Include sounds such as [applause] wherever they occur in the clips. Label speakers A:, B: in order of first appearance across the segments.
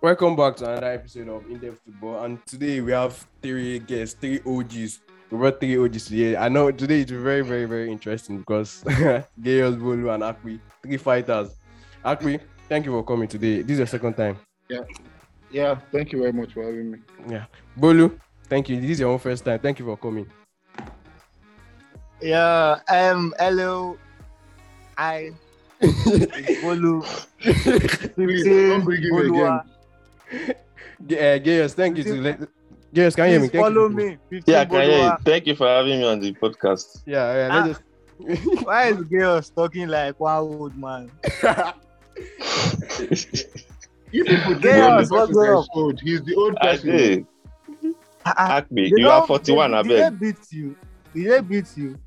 A: Welcome back to another episode of In Depth Football. And today we have three guests, three OGs. We brought three OGs today. I know today is very, very, very interesting because [laughs] Gayos, Bolu, and Akwi, three fighters. Akwi, thank you for coming today. This is your second time.
B: Yeah, thank you very much for having me.
A: Bolu, thank you. This is your own first time. Thank you for coming. [laughs]
C: Yeah, um, hello. Hi.
A: [laughs]
C: It's Bolu.
B: Please, don't bring him
C: Bolua.
B: again.
A: G- uh, Gayos, thank you. To let... Gayos, can you hear me?
C: Please
A: Thank you
C: follow
A: to-
C: me. 15
D: Yeah, can hear you.
C: Bolua.
D: Thank you for having me on the podcast.
A: Yeah, yeah. Let's just...
C: Why is girls talking like one old man? Ah,
B: You people think
C: Yeah,
B: I'm the
C: so
B: person that
C: grow
B: is
C: up.
B: old. He's the old person.
D: Ade,
C: Ah, ah,
D: Akbi,
C: they
D: you are
C: don't-
D: 41, I
C: Did they
D: beg.
C: beat you? Did they beat you?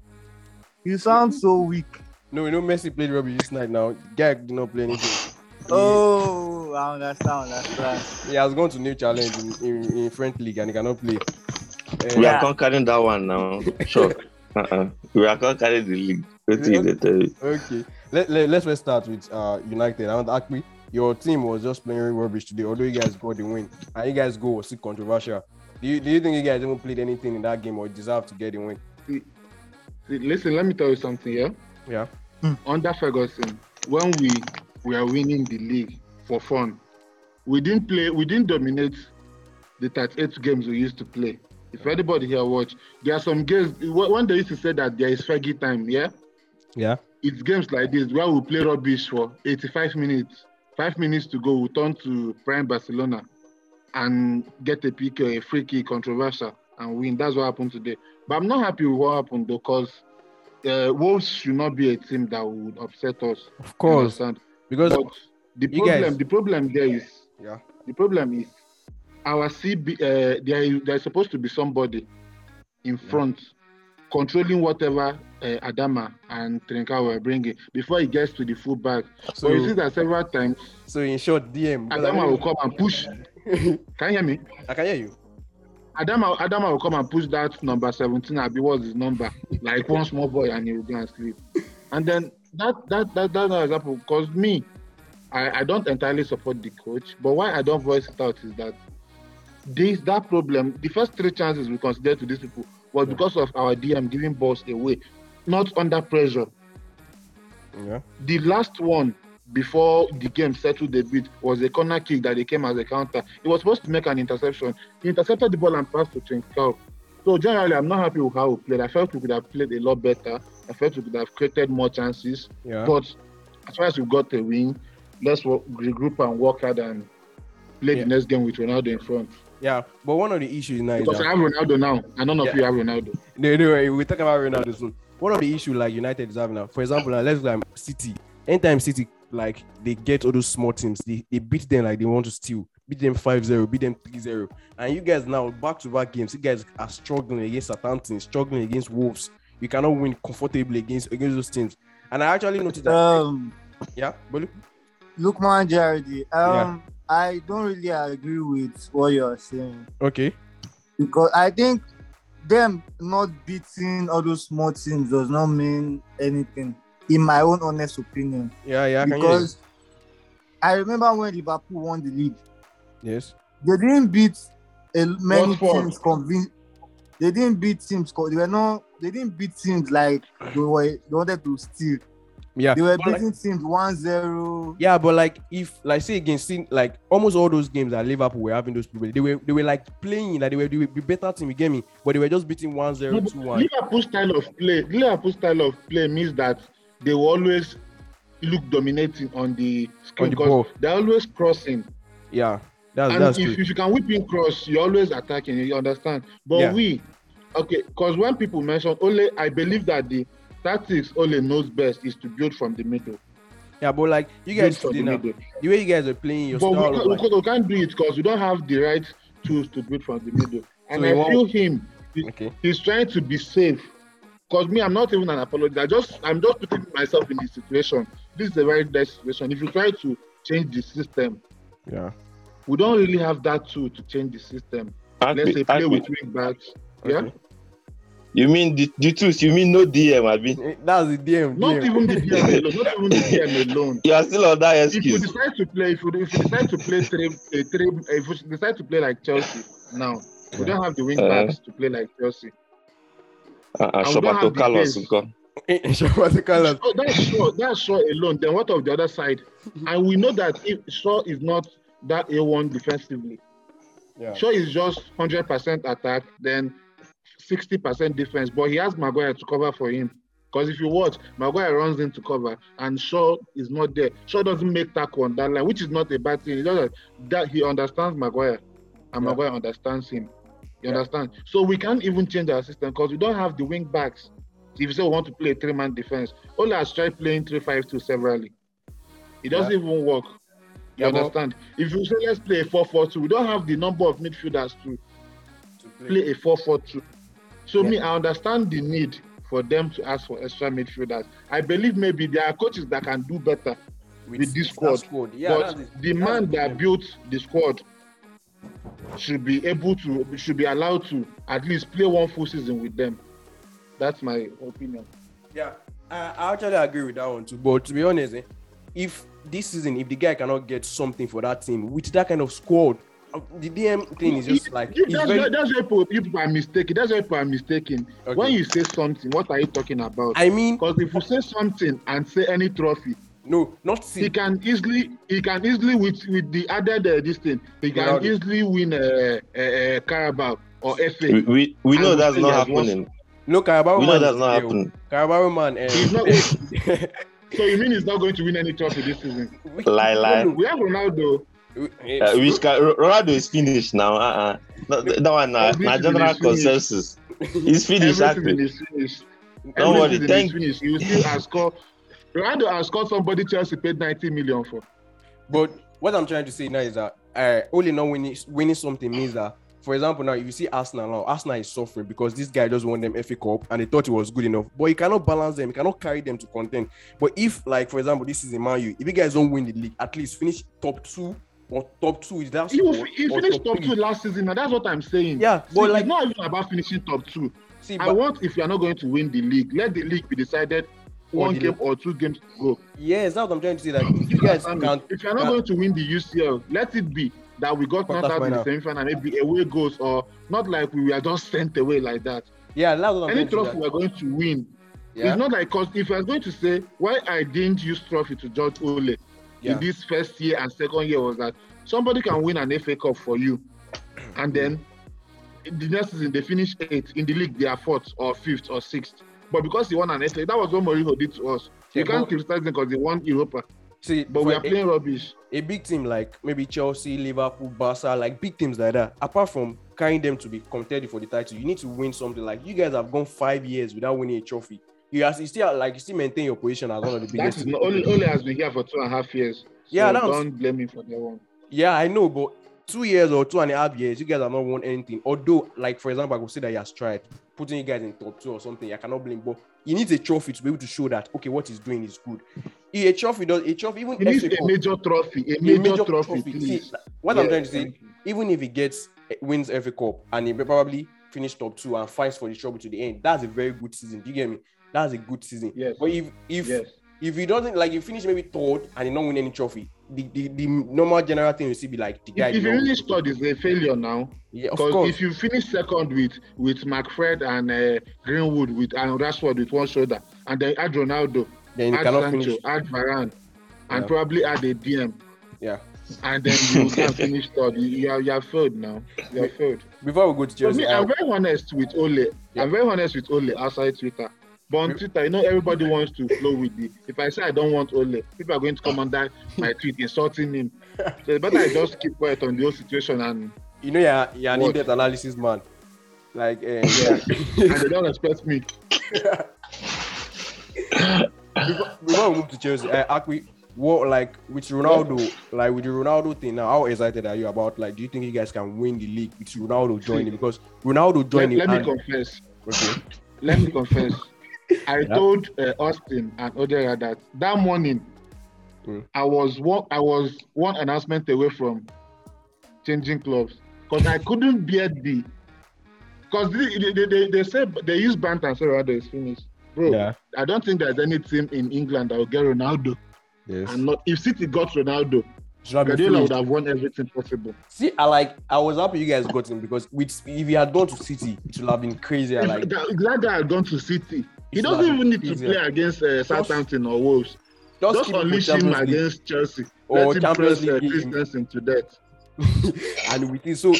C: You sound so weak.
A: [laughs] no, you know, Messi played rugby this night now. Guy did not play anything. He-
C: Oh, I understand. I understand.
A: He has gone to new challenge in, in, in French league and he cannot play. Uh,
D: We
C: Yeah.
D: are conquering that one now. Sure. Uh-uh. We are conquering the league. What
A: Yeah.
D: did they tell you?
A: Okay. Let, let, let's first start with uh, United. I want to ask me, your team was just playing rubbish today, although you guys got the win. And you guys' goal was still controversial. Do you, do you think you guys even played anything in that game or deserve to get the win?
B: See, Listen, let me tell you something, yeah?
A: Yeah.
B: Under Ferguson, when we were winning the league for fun, we didn't play, we didn't dominate the 38 games we used to play. If anybody here watch, there are some games when they used to say that there is Fergie time, yeah?
A: Yeah.
B: it's games like this where we play rubbish for 85 minutes. Five minutes to go, we turn to prime Barcelona and get a pick, a free kick, controversial, and win. That's what happened today. But I'm not happy with what happened though, because uh, Wolves should not be a team that would upset us.
A: Of
B: you
A: course.
B: understand?
A: Because
B: But the
A: You guys-
B: problem, the problem there is,
A: Yeah.
B: the problem is our CB. Uh, there is there is supposed to be somebody in
A: Yeah.
B: front controlling whatever uh, Adama and Trinka were bringing before he gets to the fullback. So you see
A: so,
B: that several times
A: so in short, DM. because I
B: Adama will
A: don't-
B: come
A: [laughs]
B: and push. Can you hear me?
A: I can hear you.
B: Adama Adama will come and push that number 17 Abi was his number like one small boy and he will go and sleep. And then that that that that's an example because me, I, I don't entirely support the coach, but why I don't voice it out is that this that problem, the first three chances we considered to these people was
A: Yeah.
B: because of our DM giving balls away, not under pressure.
A: Yeah.
B: The last one before the game settled a bit was a corner kick that they came as a counter. He was supposed to make an interception. He intercepted the ball and passed to Trinkau. So generally, I'm not happy with how we played. I felt we could have played a lot better. I felt we could have created more chances.
A: Yeah.
B: But as far as we got a win, let's wo- regroup and work hard and play
A: Yeah.
B: the next game with Ronaldo in front.
A: yeah. But one of the issues now is
B: Because
A: that-
B: I have Ronaldo now, and none of
A: Yeah.
B: you have Ronaldo.
A: No, no, eh, we will talk about Ronaldo soon. One of the issues like United is having now, for example, now, let's like City. Anytime City like they get all those small teams, they, they beat them like they want to steal, beat them 5-0, beat them 3-0. And you guys now back to back games, you guys are struggling against Southampton, struggling against Wolves. You cannot win comfortably against against those teams. And I actually noticed that
C: Um,
A: yeah, Bolu?
C: Lukman Jardy.
A: Yeah.
C: Um, I don't really agree with what you're saying.
A: Okay.
C: because I think them not beating all those small teams does not mean anything, in my own honest opinion.
A: Yeah, yeah, I can hear you.
C: because I remember when Liverpool won the league,
A: yes.
C: they didn't beat a, many
B: Watford.
C: teams convinced. They didn't beat teams. co- They were not. They didn't beat teams like they were. They wanted to steal.
A: Yeah.
C: They were
A: But, like,
C: beating teams 1-0.
A: Yeah, but like if like say against Sin- like almost all those games that Liverpool were having those people, they were they were like playing like they were they were the better team, you get me? But they were just beating 1-0, 2-1.
B: Liverpool style of play, Liverpool style of play means that they will always look dominating on the
A: On
B: screen
A: the
B: because
A: ball.
B: they're always crossing.
A: Yeah. That's
B: and
A: that's
B: if,
A: true.
B: if you can whip in cross, you're always attacking. You understand? But
A: Yeah.
B: we, okay, because when people mention Ole, I believe that the tactics Ole knows best is to build from the middle.
A: Yeah, but like you
B: Build
A: guys
B: from
A: today
B: the
A: now,
B: middle.
A: the way you guys are playing your
B: But we
A: style
B: can't,
A: of
B: we
A: like,
B: can't- we can't do it because we don't have the right tools to build from the middle. And
A: So you
B: I
A: want-
B: feel him. he-
A: okay.
B: he's trying to be safe. Cause me, I'm not even an apologist. I just, I'm just putting myself in this situation. This is a very dire situation. If you try to change the system,
A: Yeah.
B: we don't really have that tool to change the system. Let's
D: Akbi,
B: say play
D: Akbi,
B: with wing backs. Yeah.
A: Okay.
D: You mean the, the truth? You mean no DM, Abi?
A: Eh, [laughs] That's the DM.
B: Not
A: DM. [laughs]
B: even the DM alone. Not even the DM alone.
D: You are still on that
B: If you
D: excuse.
B: decide to play, if you, if you decide to play three, uh, three, if you decide to play like Chelsea now, we don't have the wing backs to play like Chelsea.
D: Uh-uh,
B: I would not
D: Shobato
B: have the
D: Carlos,
B: face.
D: nko.
A: Eh, Shaw to Carlos.
B: Oh, that's sure. That's sure alone. Then what of the other side? And we know that if Shaw is not that A1 defensively,
A: Yeah.
B: Shaw is just 100% attack, then 60% defense. But he has Maguire to cover for him. Because if you watch, Maguire runs into cover and Shaw is not there. Shaw doesn't make tackle on that line, which is not a bad thing. It's just that, that he understands Maguire and
A: Yeah.
B: Maguire understands him.
A: Yeah.
B: You understand? So we can't even change our system because we don't have the wing backs. If you say we want to play a three man defense, Ola has tried playing three five two severally. It doesn't even work. You
A: Yeah, but-
B: understand? If you say let's play a 4 4 2, we don't have the number of midfielders to play a 4 4 2. So, me, I understand the need for them to ask for extra midfielders. I believe maybe there are coaches that can do better. with this
A: that
B: squad.
A: Yeah, that is-
B: but the
A: that
B: man
A: is-
B: that built the squad should be able to, should be allowed to at least play one full season with them. That's my opinion.
A: Yeah, I, I actually agree with that one too. But to be honest, eh, if this season, if the guy cannot get something for that team with that kind of squad, uh, the DM thing is just like
B: You-
A: it's
B: that's,
A: very-
B: that's why people, people are mistaken. That's why people are mistaken.
A: Okay.
B: When you say something, what are you talking about?
A: I mean,
B: Because if you say something and say any trophy,
A: no, not
B: he
A: see.
B: can easily he can easily with with the added uh, this thing he can
A: Ronaldo.
B: easily win a uh, uh, uh, Carabao or
D: We,
B: FA.
D: we, we
B: I
D: know
B: would
D: that's
B: say
D: not
B: he has won
D: happening.
A: No, Carabao
D: We know
A: man.
D: that's not
A: eh,
D: happening.
A: Carabao man. eh,
B: He's not. so you mean he's not going to win any trophy this season?
A: we-
D: Lie, lie.
B: We have Ronaldo.
A: we- eh,
D: Uh, which can, Ro- Ronaldo is finished now. Uh-uh. No, th- That one, uh,
B: Everything
D: na general
B: is finished.
D: consensus. He's
B: Everything
D: finished, actually.
B: is finished.
D: Don't worry,
B: Everything
D: thank-
B: is finished. You still has scored. Ronaldo has scored somebody Chelsea paid 90 million for.
A: But what I'm trying to say now is that uh, only not winning winning something means that, for example, now if you see Arsenal now, Arsenal is suffering because this guy just won them FA Cup and they thought it was good enough, but he cannot balance them, he cannot carry them to content. But if, like for example, this is a Man U, if you guys don't win the league, at least finish top two or top two is that
B: He, was,
A: squad
B: he
A: or
B: finished top
A: three.
B: two last season, and that's what I'm saying.
A: Yeah,
B: See,
A: but
B: it's
A: like-
B: not even about finishing top two.
A: See,
B: I
A: but-
B: want if you are not going to win the league, let the league be decided
A: Or
B: one
A: the-
B: game or two games to go.
A: yes, that's what I'm trying to say. That if you guys
B: Understand
A: can
B: me? if you are not
A: can-
B: going to win the UCL, let it be that we got knocked out in the
A: Quarterfinal.
B: semi final, maybe away goals, or not like we were just sent away like that.
A: yeah, that's what I'm trying
B: Any
A: to
B: trophy
A: say.
B: we are
A: that-
B: going to win.
A: Yeah,
B: It's not like because if you are going to say why I didn't use trophy to judge Ole
A: Yeah.
B: in this first year and second year was that somebody can win an FA Cup
A: [clears throat]
B: for you, and then in the next season they finish eighth in the league, they are fourth or fifth or sixth. But because he won an FA, that was what Mourinho did to us.
A: Yeah,
B: you can't
A: but-
B: criticize them because they won Europa,
A: see,
B: but we
A: for-
B: are playing rubbish.
A: a big team like maybe Chelsea, Liverpool, Barca, like big teams like that, apart from carrying them to be contended for the title, you need to win something. Like you guys have gone five years without winning a trophy. You guys you still like you still maintain your position as one of the
B: That
A: biggest.
B: is not, Ole, Ole has been here for two and a half years. So
A: Yeah, that was-
B: don't blame me for that one.
A: Yeah, I know, but two years or two and a half years, you guys have not won anything. Although, like for example, I could say that he has tried putting you guys in top two or something. I cannot blame, but he needs a trophy to be able to show that okay, what he's doing is good. If A trophy does a trophy, even
B: He needs
A: FA
B: a
A: Cup,
B: major trophy, a
A: a
B: major, trophy,
A: See,
B: please.
A: what I'm
B: Yeah,
A: trying to say,
B: thank you.
A: even if he gets eh, wins every cup and he probably finish top two and fights for the trophy to the end, that's a very good season. Do you get me? That's a good season.
B: Yes.
A: But if if
B: Yes.
A: if he doesn't like you finish maybe third and you don't win any trophy, the, the, the normal general thing you see be like the guy.
B: If, if you
A: don't-
B: finish third, it's a failure now.
A: yeah, of
B: Because
A: course.
B: if you finish second with with McFred and uh, Greenwood with and Rashford with one shoulder, and then add Ronaldo,
A: then you
B: add
A: cannot
B: Sancho,
A: finish.
B: add Varane, and
A: Yeah.
B: probably add a DM,
A: Yeah.
B: and then you can finish third. You, you are you are failed now. You
A: [laughs]
B: are failed.
A: Before we go to
B: For
A: Chelsea,
B: me,
A: I-
B: I'm very honest with Ole. I'm very honest with Ole outside Twitter. But on Twitter, you know, everybody wants to flow with me. If I say I don't want Ole, people are going to come under my tweet
A: [laughs]
B: insulting him. So it's better I just keep quiet on the whole situation and,
A: you know you're, you're an
B: What?
A: in-depth analysis man. Like eh,
B: and they don't
E: [laughs]
B: respect me.
A: before, before we move to Chelsea, uh, Akwi, what like with Ronaldo, like with the Ronaldo thing now, how excited are you about? Like, do you think you guys can win the league with Ronaldo joining? Because Ronaldo
B: Let,
A: joining,
B: let me
A: and-
B: confess.
A: okay,
B: Let
E: [laughs]
B: me confess. I told uh, Austin and Odera that that morning,
E: Hmm.
A: Mm.
B: I was one. I was one announcement away from changing clubs because I couldn't bear the Because they, they, they, they say they use Banta and say Ronaldo is finished. Bro,
E: Yeah.
B: I don't think there's any team in England that will get Ronaldo.
E: Yes.
B: And not if City got Ronaldo,
E: Should not be
B: Guardiola would
E: finished.
B: have won everything possible.
A: See, I like. I was happy you guys got him because with if he had gone to City, it would have been crazy. I
B: If [laughs]
A: like.
B: that, if that guy had gone to City. He
A: It's
B: doesn't
A: not
B: even need to
A: easier.
B: play against uh, Southampton or Wolves.
A: Just,
B: Just
A: keep him with
B: unleash him
A: Champions League.
B: against Chelsea.
A: Or
B: Let him
A: Champions
B: press uh,
A: League.
B: Christensen to death.
A: [laughs] and with it, so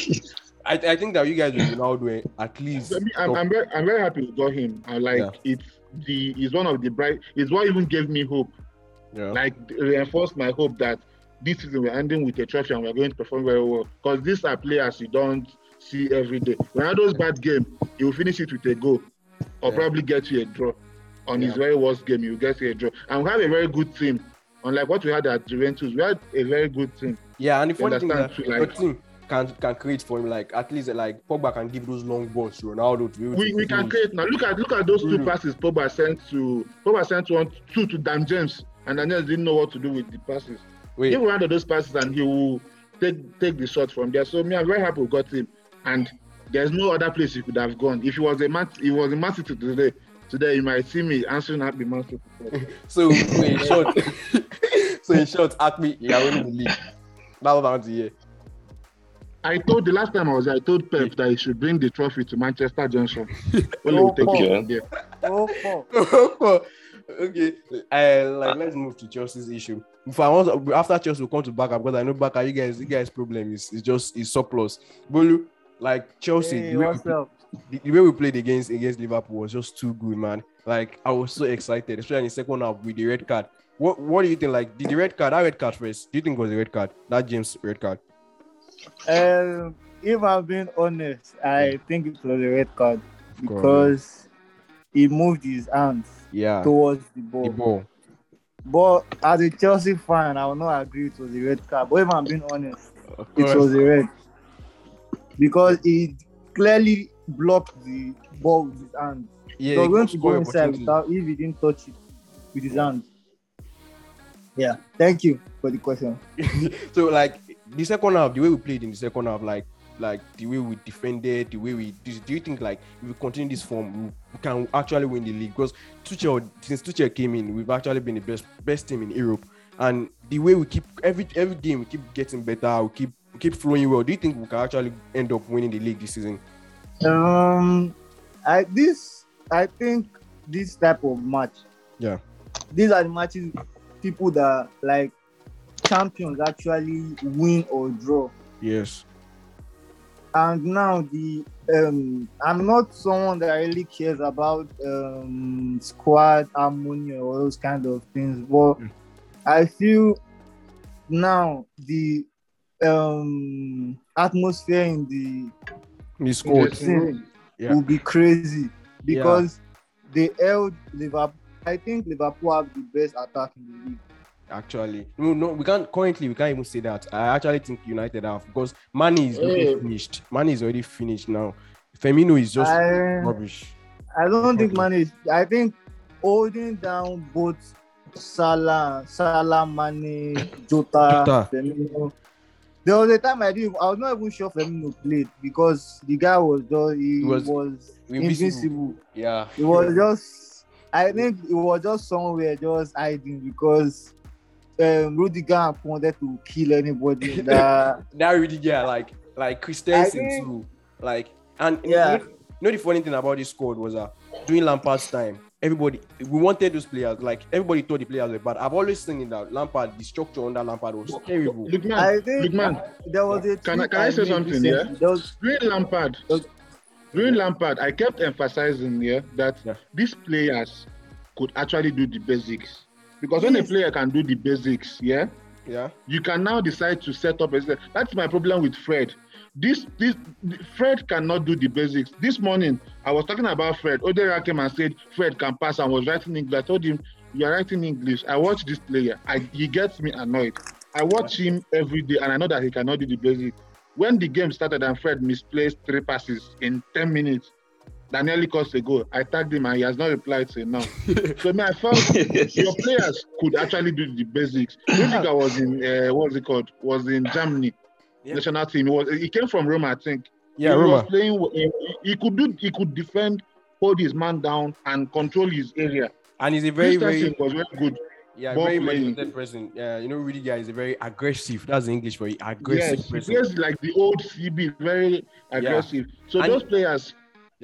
A: I, I think that you guys with Ronaldo eh, at least.
B: I mean, I'm, I'm, very, I'm very happy we got him. I like it's the it's one of the bright. It's what even gave me hope.
E: Yeah.
B: Like reinforced my hope that this season we're ending with a trophy and we're going to perform very well. Because these are players you don't see every day. Ronaldo's bad game, he will finish it with a goal, or
E: Yeah.
B: probably get you a draw. On his
E: Yeah.
B: very worst game, you get you a draw. And we have a very good team. Unlike what we had at Juventus, we had a very good team.
A: yeah, and the funny thing is that
B: understand,
A: your
B: like-
A: team can can create for him. Like at least like Pogba can give those long balls to Ronaldo to be able
B: we,
A: to
B: we can
A: finish.
B: create now. Look at look at those two
A: Mm.
B: passes Pogba sent to Pogba sent one two to Dan James, and Daniel didn't know what to do with the passes.
A: Wait,
B: Give him one of those passes, and he will take take the shot from there. So me, I'm very happy we got him, and there's no other place he could have gone. If he was a man, if he was a Man City today. Today you might see me answering happy Man City. call.
A: so so in short, [laughs] so in short, Akmi, you are winning the league. That's what I want to hear.
B: I told the last time I was here, I told Pep that he should bring the trophy to Manchester Junction. Only will take it
D: Okay.
B: from there.
C: Oh, fuck.
A: [laughs] okay, I like.
D: like,
A: Let's move to Chelsea's issue. If I want after Chelsea, we'll come to Baka because I know Baka. You guys, you guys' problem is, is just is surplus. Bolu, like Chelsea,
C: Hey,
A: the, way
C: what's
A: we,
C: up?
A: the, the way we played against against Liverpool was just too good, man. Like I was so excited, especially in the second half with the red card. What What do you think? Like, did the red card? That red card first. Do you think it was the red card? That James red card.
C: Um, if I'm being honest, I think it was a red card
A: Of course.
C: because he moved his hands
A: Yeah,
C: towards the
A: Ah. the
C: ball.
A: ball.
C: But as a Chelsea fan, I will not agree it was a red card. But if I'm being honest,
A: Of
C: it was a red because he clearly blocked the ball with his hand.
A: yeah,
C: He was
A: it
C: going
A: was
C: to
A: goal
C: go inside
A: opportunity.
C: without if he didn't touch it with his hand. Yeah, thank you for the question.
A: so like the second half, the way we played in the second half, like like the way we defended, the way we do, do you think like if we continue this form, we, we can actually win the league? Because Tuchel, since Tuchel came in, we've actually been the best best team in Europe, and the way we keep every every game, we keep getting better, we keep we keep flowing well. Do you think we can actually end up winning the league this season?
C: Um, I this I think this type of match.
A: Yeah.
C: These are the matches people that like champions actually win or draw.
A: Yes.
C: And now the um, I'm not someone that really cares about um squad harmony or those kind of things, but I feel now the um atmosphere in the
A: We
B: In
A: scored.
B: dressing room.
A: Yeah.
C: will be crazy
A: Yeah.
C: because they held Liverpool. I think Liverpool have the best attack in the league.
A: Actually, no, no, we can't. Currently, we can't even say that. I actually think United have because money is already
B: Hey.
A: finished. Money is already finished now. Firmino is just
C: I,
A: rubbish.
C: I don't think
A: Okay.
C: manage. I think holding down both Salah, Salah,
A: [coughs]
C: Mane, Jota,
A: Jota.
C: Firmino. There was a time I did. I was not even sure Firmino played because the guy was just he
A: He was
C: was,
A: invisible.
C: invincible.
A: Yeah,
C: It was just, I think it was just somewhere just hiding because um, Rudiger wanted to kill
A: [laughs]
C: anybody. That
A: that really yeah, like like
C: I
A: Christensen
C: think-
A: too, like and
C: Yeah.
A: You know, you know the funny thing about this squad was that during Lampard's time, everybody we wanted those players. Like everybody thought the players were bad. I've always seen that Lampard, the structure under Lampard was terrible.
B: Lookman,
C: I think
B: Lookman,
C: there was a.
B: Can I-
C: tweet
B: can I say
C: made
B: something,
C: recently. There was-
B: During Lampard,
C: Okay.
B: during Lampard, I kept emphasizing here that
A: Yeah.
B: these players could actually do the basics. Because when a
C: Yes.
B: player can do the basics, yeah,
A: Yeah,
B: you can now decide to set up. A, that's my problem with Fred. This this Fred cannot do the basics. This morning I was talking about Fred. Odera came and said Fred can pass and was writing English. I told him you're writing English. I watch this player. I, he gets me annoyed. I watch him every day and I know that he cannot do the basics. When the game started and Fred misplaced three passes in 10 minutes, that nearly cost a goal. I tagged him and he has not replied till now. so me, I felt
D: [laughs]
B: your players could actually do the basics. Rudiger was in uh, what's it called? Was in Germany
A: Yeah.
B: national team. He was he came from Roma, I think.
A: Yeah,
B: he was
A: Roma.
B: playing. w- He, he could do. He could defend, hold his man down, and control his area.
A: And he's a very,
B: Christensen
A: very,
B: was very good.
A: yeah,
B: ball
A: very
B: playing.
A: motivated person. Yeah, you know, Rudiger is a very aggressive. That's the English for it, aggressive
B: yes,
A: person.
B: yes, like the old CB, very aggressive. So
A: And-
B: those players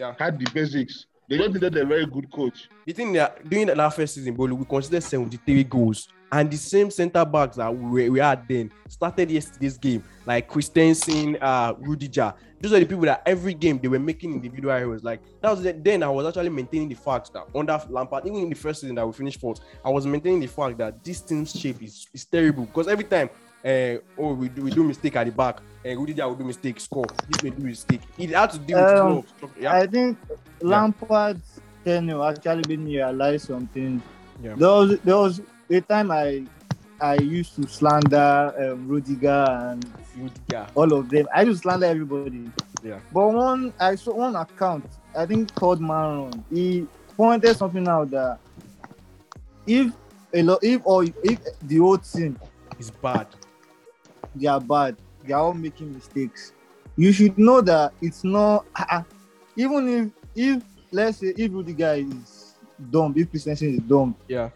A: Yeah.
B: had the basics. They just needed a very good coach.
A: The thing that during that first season, Bolu, we considered 73 goals, and the same centre backs that we, we had then started yesterday's game, like Christensen, uh, Rudiger. Those are the people that every game they were making individual errors. Like that was the, then I was actually maintaining the fact that under Lampard, even in the first season that we finished fourth, I was maintaining the fact that this team's shape is, is terrible because every time. Uh, oh, we do, we do mistake at the back, and Rudiger will do mistake, score. This may do mistake. It had to deal with
C: Um,
A: flow of structure. Yeah.
C: I think Lampard's tenure actually made me realize something.
A: Yeah.
C: There was there was a time I I used to slander um, Rudiger and
A: Rudiger.
C: all of them. I used to slander everybody.
A: Yeah.
C: But one I saw one account, I think called Maron. He pointed something out that if a lot if or if the whole team
A: is bad.
C: they are bad. They are all making mistakes. You should know that it's not ah, ah. even if if let's say if Rudiger is dumb, if Christensen is dumb,
A: Yeah.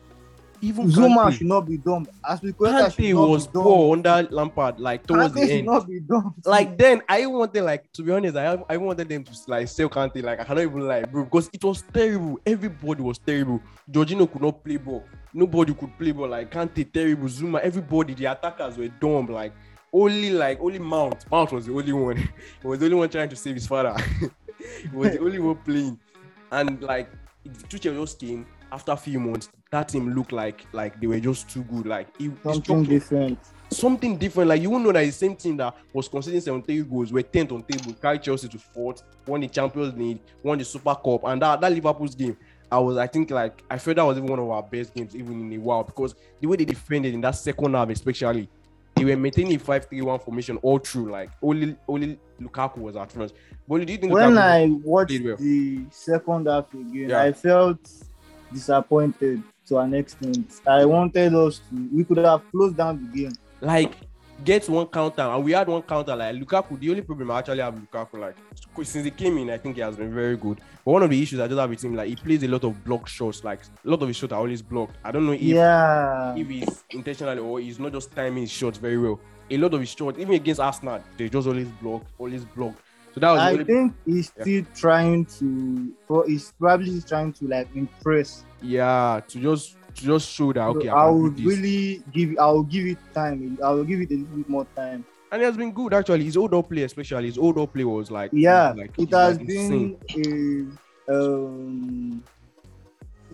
A: Even
C: Zuma
A: Kante.
C: should not be dumb. As we
A: Kante
C: should not
A: was
C: be dumb.
A: poor under Lampard, like towards the
C: Kante should
A: end.
C: not be dumb.
A: Like then, I wanted like to be honest, I I wanted them to like sell Kante. Like I cannot even lie, bro, because it was terrible. Everybody was terrible. Jorginho could not play ball. Nobody could play ball. Like Kante, terrible. Zuma, everybody. The attackers were dumb. Like only like only Mount. Mount was the only one. [laughs] he was the only one trying to save his father. [laughs] he was the only one playing, and like Tuchel just came after a few months. That team looked like like they were just too good. Like he, his
C: something
A: structure-
C: different.
A: something different. Like you won't know that the same team that was conceding 73 goals were 10th on table, carried Chelsea to fourth, won the Champions League, won the Super Cup, and that, that Liverpool's game. I was, I think, like I felt that was even one of our best games, even in a while, because the way they defended in that second half, especially, they were maintaining a 5-3-1 formation all through. Like only only Lukaku was at first. But do you think
C: When
A: Lukaku-
C: I watched
A: played well.
C: the second half again,
A: Yeah.
C: I felt disappointed to an extent. I wanted us to we could have closed down the game.
A: like get one counter and we had one counter like Lukaku the only problem I actually have with Lukaku like since he came in I think he has been very good but one of the issues I just have with him like he plays a lot of block shots like a lot of his shots are always blocked I don't know if
C: yeah.
A: if he's intentionally or he's not just timing his shots very well a lot of his shots even against Arsenal they just always block always block so that was the
C: I
A: only-
C: think he's
A: Yeah.
C: still trying to, pro- he's probably trying to like impress.
A: yeah to just to just show that Ah, okay
C: So
A: I,
C: I
A: can do
C: would
A: this.
C: really give, I will give it time. I will give it a little bit more time.
A: and it has been good actually his older play especially his older play was like
C: Yeah,
A: like,
C: it has
A: like insane.
C: been a, um,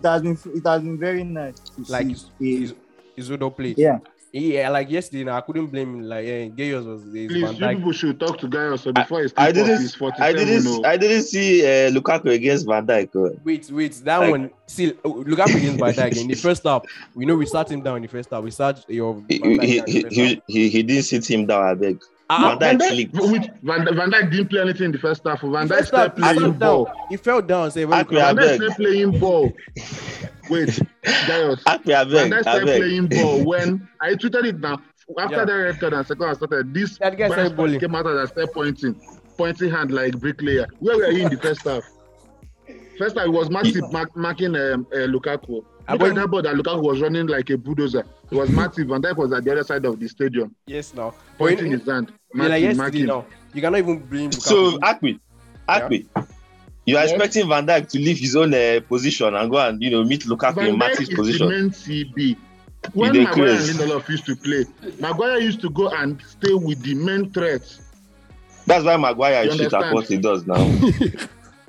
C: it has been, it has been very nice. To
A: like his,
C: see.
A: his, his older play
C: yeah,
A: Yeah, like yesterday, nah, I couldn't blame him. Like, yeah, Gayos was his Van
B: Please, you people
A: Dijk.
B: should talk to Guy also before he's
D: I didn't-
B: He's
D: I
B: 47.
D: didn't.
B: oh.
D: I didn't see uh, Lukaku against Van Dijk. oh.
A: Wait, wait, that
D: Like-
A: one. See, oh, look up against Van Dijk in the first half. We know we sat him down in the first half. We sat your Van
D: He,
A: Dijk
D: he,
A: down in the
D: he,
A: first half.
D: he, he, he didn't sit him down. I beg.
A: Ah,
D: Van
B: Van
D: Dijk
B: Dijk,
D: slipped.
B: with Van, Van Dijk didn't play anything in the first half. Van
A: the
B: Dijk
A: first half,
B: started
A: he fell
B: playing ball.
A: down. He fell down. Say, well,
D: Accra.
B: Van Dijk
D: Abeg.
B: started playing ball. Wait,
D: [laughs]
B: Darius.
D: Akpe, I
B: Van
D: beg.
B: Dijk
D: I
B: started
D: beg.
B: playing ball when I tweeted it now. After
A: Yeah.
B: the red card and second half started, this
A: That guy started
B: bastard
A: bowling.
B: came out and started pointing, pointing hand like bricklayer. Where were you in the first half? First half it was Matip mark, marking um, uh, Lukaku. Look
A: Abon-
B: at that ball that Lukaku was running like a bulldozer. It was Matip, Van Dijk was at the other side of the stadium,
A: yes, now. But
B: pointing
A: in,
B: his hand.
A: yeah, like
B: Matip
A: yesterday,
B: marking.
A: now you cannot even blame. Lukaku.
D: So Akpe, Akpe, you are
B: Yes.
D: expecting Van Dijk to leave his own uh, position and go and you know meet Lukaku
B: Van
D: in
B: Dijk
D: Matip's
B: is
D: position.
B: the main CB. When
D: dey
B: Maguire and
D: craze.
B: Lindelof used to play, Maguire used to go and stay with the main threat.
D: That's why Maguire
B: You
D: is shit at
B: understand?
D: what he
B: [laughs]
D: does now.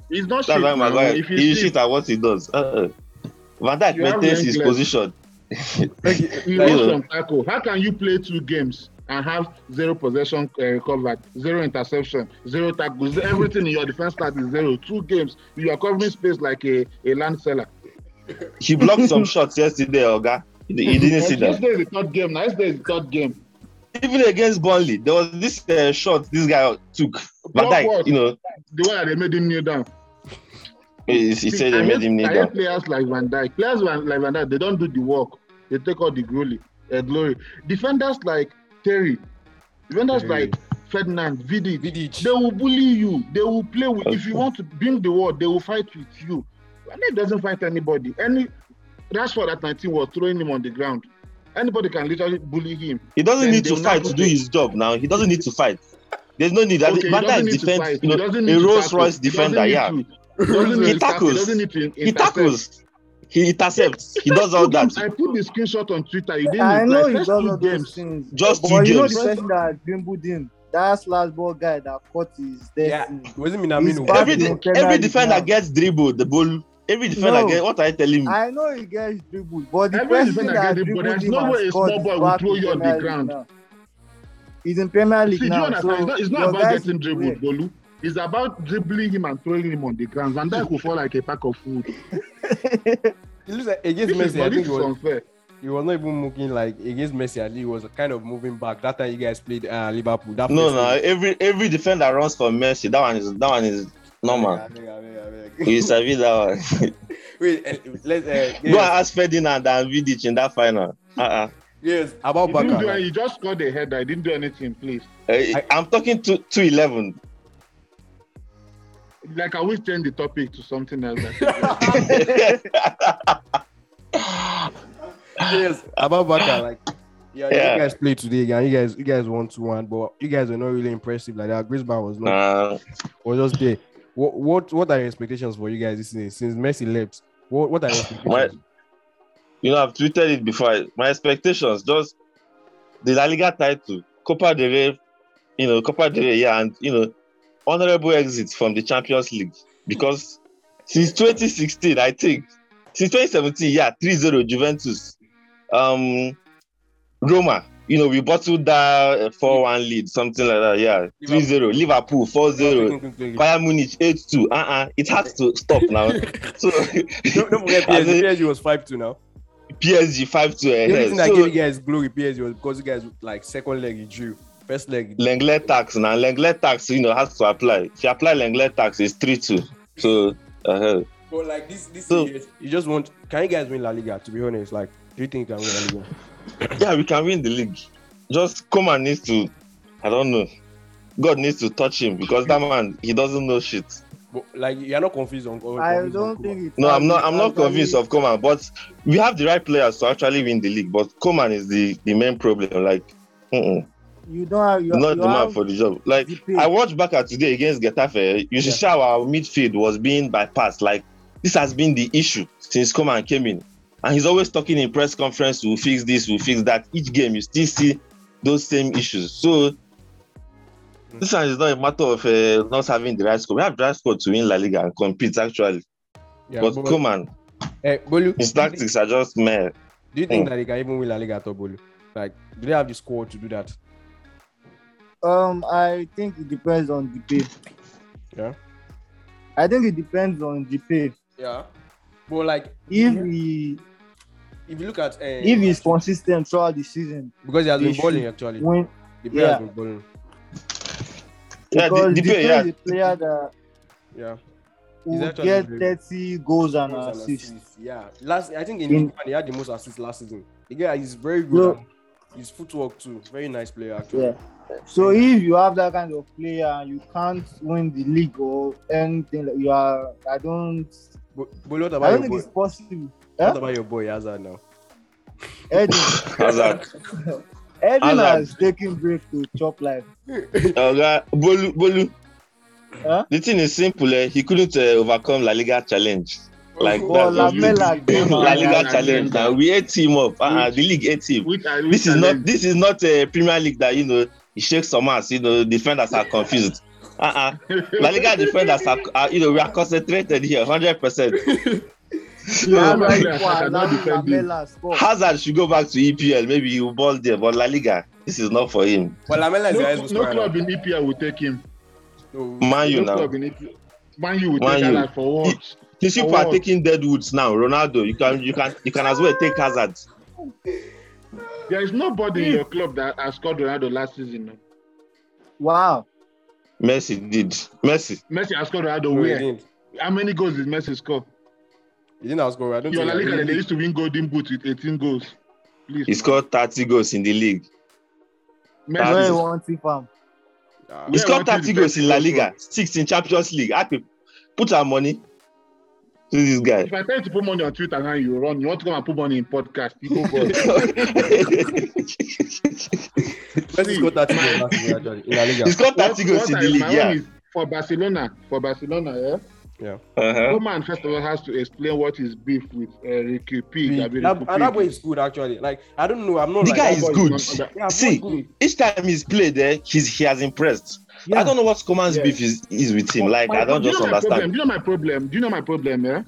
B: He's not
D: That's
B: shit now.
D: why Maguire
B: If
D: he
B: he's
D: shit at what he does. Uh-uh. Van Dijk
B: You have
D: maintains his
B: Lenglet.
D: position.
A: Like,
B: he
D: like-
B: lost some tackle. How can you play two games and have zero possession uh, recovered, zero interception, zero tackles, everything in your defense start is zero. Two games, you are covering space like a, a land seller.
D: He
B: [laughs]
D: blocked some shots yesterday, Oga. He, he didn't see
B: But
D: them.
B: Yesterday is the third game. Now yesterday is the third game.
D: Even against Burnley, there was this uh, shot this guy took. Van
B: Block
D: Dijk,
B: what?
D: you know,
B: The way that they made him kneel down.
D: he, he said
B: I
D: they made
B: hate-
D: him kneel
B: I hate
D: down.
B: players like Van Dijk. Players van- like Van Dijk, they don't do the work. eh, They take all the glory. Uh, glory. Defenders like Terry. Defenders
A: Terry.
B: like Ferdinand, Vidic.
A: Vidic.
B: They will bully you. They will play with. If you
D: Okay.
B: want to bring the world, they will fight with you. And he doesn't fight anybody. Any that's what that 19 was throwing him on the ground. Anybody can literally bully him.
D: He doesn't
B: Then
D: need
B: they
D: to
B: will
D: fight
B: not
D: to
B: do
D: do his job now. He doesn't need to fight. There's no need.
B: Okay, he
D: Mata
B: doesn't need
D: is
B: to
D: defense,
B: fight.
D: you
B: He
D: know,
B: doesn't need
D: a
B: to
D: Rolls
B: tackle.
D: Royce
B: He doesn't
D: defender.
B: need
D: Yeah,
B: to- he
D: [laughs]
B: doesn't
D: He
B: need to tackle.
D: tackles.
B: He doesn't need to in-
D: he
B: intercept.
D: tackles, he intercepts, he does all
B: Put him-
D: that.
B: I put the screenshot on Twitter. You didn't
C: I
B: reply.
C: know he does
B: First two
C: all those
B: games.
C: things.
D: Just
C: but
D: two
C: you know
D: games.
C: the person that dribbled him, that last ball guy that caught his
A: Yeah,
C: destiny.
A: it wasn't
C: He's
A: Minamino.
C: back
D: Every
C: in Premier
D: every
C: League
D: defender
C: now.
D: gets dribbled the ball. Every defender
C: No.
D: gets. What are you telling me?
C: I know he gets dribbled, but the
B: Every
C: person
B: defender
C: that
B: gets it, but
C: dribbled
B: there's
C: him
B: no
C: and
B: way a
C: scored
B: small
C: is
B: boy will
C: back
B: throw
C: in
B: you on the
C: Premier League
B: ground.
C: now. He's in Premier League
B: See, do you
C: now.
B: understand?
C: So
B: It's not, it's not
C: your
B: about
C: guys
B: getting
C: is
B: dribbled,
C: great.
B: Bolu. It's about dribbling him and throwing him on the ground. Van Dijk will fall like a pack of food.
A: It looks like
B: This
A: against
B: is,
A: Messi, I
B: but
A: think
B: this
A: it
B: is
A: was,
B: unfair.
A: he was not even moving like against Messi. I think he was kind of moving back. That time you guys played uh, Liverpool. That
D: No,
A: first
D: no.
A: game.
D: Every every defender runs for Messi. That one is that one is normal.
A: I beg, I beg, I beg, I beg.
D: You savvy that one.
A: [laughs] Wait, eh, let's
D: [laughs]
A: uh,
D: Go and
A: yes,
D: ask Ferdinand and Vidic in that final. Uh-uh.
A: yes, about
B: He, didn't do, any-
A: Baka.
B: he just scored a header. He didn't do anything, please.
D: I, I'm talking to two eleven.
B: Like, I will change the topic to something else.
A: Yes, about Baka. Like, [laughs] yeah,
D: Yeah.
A: you guys played today, and you guys, you guys won two one, but you guys were not really impressive like that. Griezmann was not
D: Nah,
A: was just there. What, what, what are your expectations for you guys this season since Messi left? What, what are
D: [laughs]
A: your expectations?
D: My- you know, I've tweeted it before. My expectations just the La Liga title, Copa del Rey, you know, Copa del Rey, yeah, and you know, honorable exit from the Champions League because since 2016, I think since 2017, yeah, 3-0 Juventus, um, Roma. You know, we bottled that uh, four one lead, something like that. Yeah, 3-0. Liverpool 4-0. Bayern Munich 8-2. Uh-uh. It has to stop now. so
A: don't, don't
D: [laughs]
A: forget
D: As
A: PSG.
D: in-
A: PSG was five two now.
D: PSG 5-2
A: The only
D: ahead.
A: reason I gave you
D: So,
A: guys glory PSG was because you guys like second leg you drew, first leg.
D: Lenglet tax now. Lenglet tax, you know, has to apply. If you apply Lenglet tax, it's 3-2. So uh-huh.
A: But like this, this
D: So-
A: year, you just want. Can you guys win La Liga? To be honest, like do you think you can win La Liga?
D: yeah, we can win the league. Just Coman needs to, I don't know. God needs to touch him because that man, he doesn't know shit.
A: But like you're not confused on. on-
C: I
A: confused on
C: don't
A: Koeman.
C: think it's
D: No, I'm not. I'm not
C: actually-
D: convinced of Coman, but we have the right players to actually win the league. But Coman is the the main problem. Like, mm-mm,
C: You don't have. You,
D: not
C: you
D: the man
C: have
D: for the job. Like,
C: the
D: I watched back at today against Getafe. You should see how our midfield was being bypassed. Like, this has been the issue since Coman came in, and he's always talking in press conference. We'll fix this. We'll fix that. Each game, you still see those same issues. So. This one is not a matter of uh, not having the right score. We have the right score to win La Liga and compete actually.
A: Yeah,
D: but, Coman,
A: eh, Bolu,
D: his
A: do you think-
D: tactics are just meh.
A: do you
D: oh.
A: think that they can even win La Liga at all, Bolu? Like, do they have the squad to do that?
C: Um, I think it depends on the pay.
A: Yeah.
C: I think it depends on the pay.
A: Yeah. But like,
C: If he
A: if you look at uh,
C: if he's consistent throughout the season,
A: because he has been
C: Issue.
A: balling actually.
C: when
A: The player
C: Yeah.
A: has been balling.
D: Yeah,
C: because
D: the- the
C: Depay
D: pay, yeah.
C: is a player that
A: Yeah. He's
C: will
A: actually
C: get
A: good.
C: thirty goals and
A: Goals and
C: assists.
A: assists, Yeah. Last, I think in,
C: In-
A: Japan he had the most assists last season. The guy is very
C: Yeah.
A: good. and His footwork too. Very nice player actually.
C: Yeah. So if you have that kind of player and you can't win the league or anything, like you are. I don't.
A: But, but what
C: I
A: about
C: don't
A: your
C: think
A: boy?
C: it's possible.
A: What
C: Huh?
A: about your boy Hazard now?
C: Edwin,
D: [laughs] Hazard.
C: Edwin
D: Hazard.
C: has taken break to chop life.
D: Oga, Bolu, Bolu.
C: Huh?
D: The thing is simple. Eh? He couldn't uh, overcome La Liga challenge. Like
C: Oh,
D: that's
C: La
D: just it.
C: Mela came
D: [laughs] La
C: out.
D: Liga challenge. Now we ate him up. Uh-uh, the league ate
B: [laughs]
D: him.
B: Which I
D: This is not. This is not a Premier League that you know. He shakes some ass. You know, defenders are confused. Uh-uh. La Liga defenders are, are. You know, we are concentrated here, hundred percent.
B: [laughs] Yeah,
C: Yeah, right.
B: yeah,
C: Wow,
B: yeah,
C: now
B: yeah, yeah, yeah.
C: Lamela score.
D: Hazard should go back to EPL. Maybe he will ball there, but La Liga, this is not for him.
A: Well, Lamela is the
B: No,
A: highest
B: no
A: scorer. now.
B: club in EPL will take him.
A: No,
D: Man, you
B: no
D: now.
B: club in EPL. Man, you will take
D: Man U.
B: Alan for what?
D: Since you
B: Oh,
D: are
B: wow.
D: taking Deadwoods now, Ronaldo, you can you can you can as well take Hazard.
B: There is nobody in your club that has scored Ronaldo last season. no.
C: Wow.
D: Messi did. Messi.
B: Messi has scored
A: no,
B: Ronaldo
A: he
B: where?
A: didn't.
B: How many goals did Messi score?
A: He didn't outscore. I don't
B: Your La
A: think. he
B: Liga,
A: did.
B: they used to win Golden Boot with 18 goals. Please,
D: He scored 30 goals in the league.
B: man.
D: that
C: Where
D: is-
C: you want to farm?
A: Uh,
D: He scored
B: what is
D: 30
B: the
D: goals
B: best
D: in La
B: goal
D: Liga, six in Champions League. Happy. Put our money to this
B: [laughs]
D: guy. [laughs]
B: If I tell you to put money on Twitter now, you run. You want to come and put money in podcast? You go boy.
D: [laughs]
A: Messi scored 30 goals last year actually in La Liga.
D: He's got 30
B: What-
D: goals in
B: what
D: the
B: I- my
D: league,
B: own
D: yeah.
B: is For Barcelona, for Barcelona, yeah.
D: Uh-huh.
B: Roman first of all has to explain what his beef with uh, Ricky P.
A: That-
B: Gabriel
A: and
B: Ricky
A: that
B: P.
A: boy is good actually. Like I don't know, I'm not
D: The
A: like
D: guy
A: that
D: is
A: boy
D: good.
B: not- that-
A: Yeah,
D: See,
A: boy good.
D: Each time he's played there, he's, he has impressed.
A: Yeah.
D: I don't know what Coman's
B: Yeah.
D: beef is, is with him. Like, I don't
B: Do you
D: just
B: know my problem?
D: understand.
B: Do you know my problem? Do you know my problem? Yeah.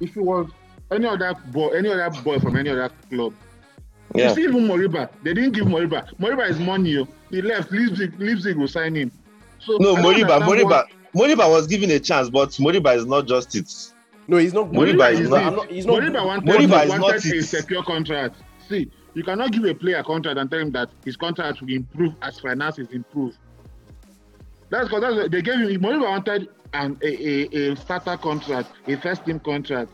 B: If it was any other boy, any other boy from any other club,
D: Yeah.
B: you see even Moriba, they didn't give Moriba. Moriba is money. oh. He left. Leipzig, Leipzig will sign him. So
D: No,
B: I don't
D: Moriba,
B: understand
D: Moriba,
B: what-
D: Moriba was given a chance, but Moriba is not just it.
A: No, he's not good.
D: Moriba is
A: he's
D: not-
A: I'm not he's not
B: Moriba wanted,
D: Moriba is
B: wanted
D: not
B: a
D: it.
B: secure contract. See, you cannot give a player a contract and tell him that his contract will improve as finances improve. That's because that's, what they gave him. Moriba wanted an, a, a, a starter contract, a first team contract,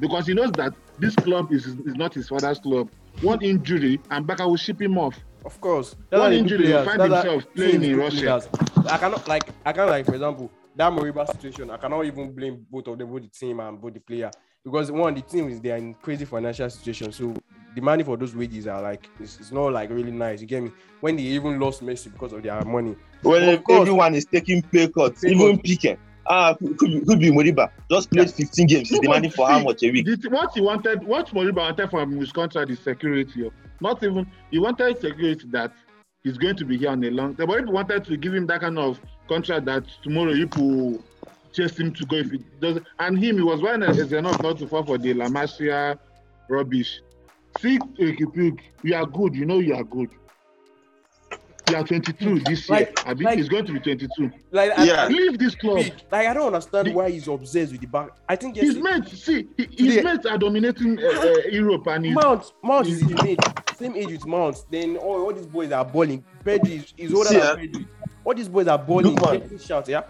B: because he knows that this club is, is not his father's club. One injury and Baka will ship him off.
A: Of course.
B: One
A: why they do
B: injury,
A: players.
B: you find
A: why
B: himself
A: teams
B: playing
A: do
B: in Russia.
A: players. I cannot like I can't like for example that Moriba situation. I cannot even blame both of them, both the team and both the player, because one the team is they are in crazy financial situation. So the money for those wages are like it's, it's not like really nice. You get me? When they even lost Messi because of their money.
D: When
A: Of course.
D: everyone is taking pay cuts,
A: Pay
D: even Piquet. Ah, could, could be- could be Moriba. Just played 15 games. He's
B: No, but
D: demanding for how
B: see,
D: much a week?
B: The, what he wanted, what Moriba wanted from his contract is security. oh. Not even he wanted security that he's going to be here on a long. The Moriba wanted to give him that kind of contract that tomorrow you could chase him to go if he does. And him, he was one is enough not to fall for the La Masia rubbish. See, Ricky Pig, you are good. You know you are good. You are 22 this year.
A: Like-
B: Abi,
A: like-
B: he's going to be 22.
A: Like I,
D: Yeah.
B: Leave this club.
A: like I don't understand
B: The-
A: why he's obsessed with the back. I think yes,
B: His mates, see, he- his
A: Yeah.
B: mates are dominating uh, uh, Europe and he's
A: Mount Mount is his age, same age with Mount. Then oh, all, all these boys are balling. Pedri is, is older
D: See,
A: than
D: uh,
A: Pedri. All these boys are balling.
D: Lookman.
A: getting Shout, yeah.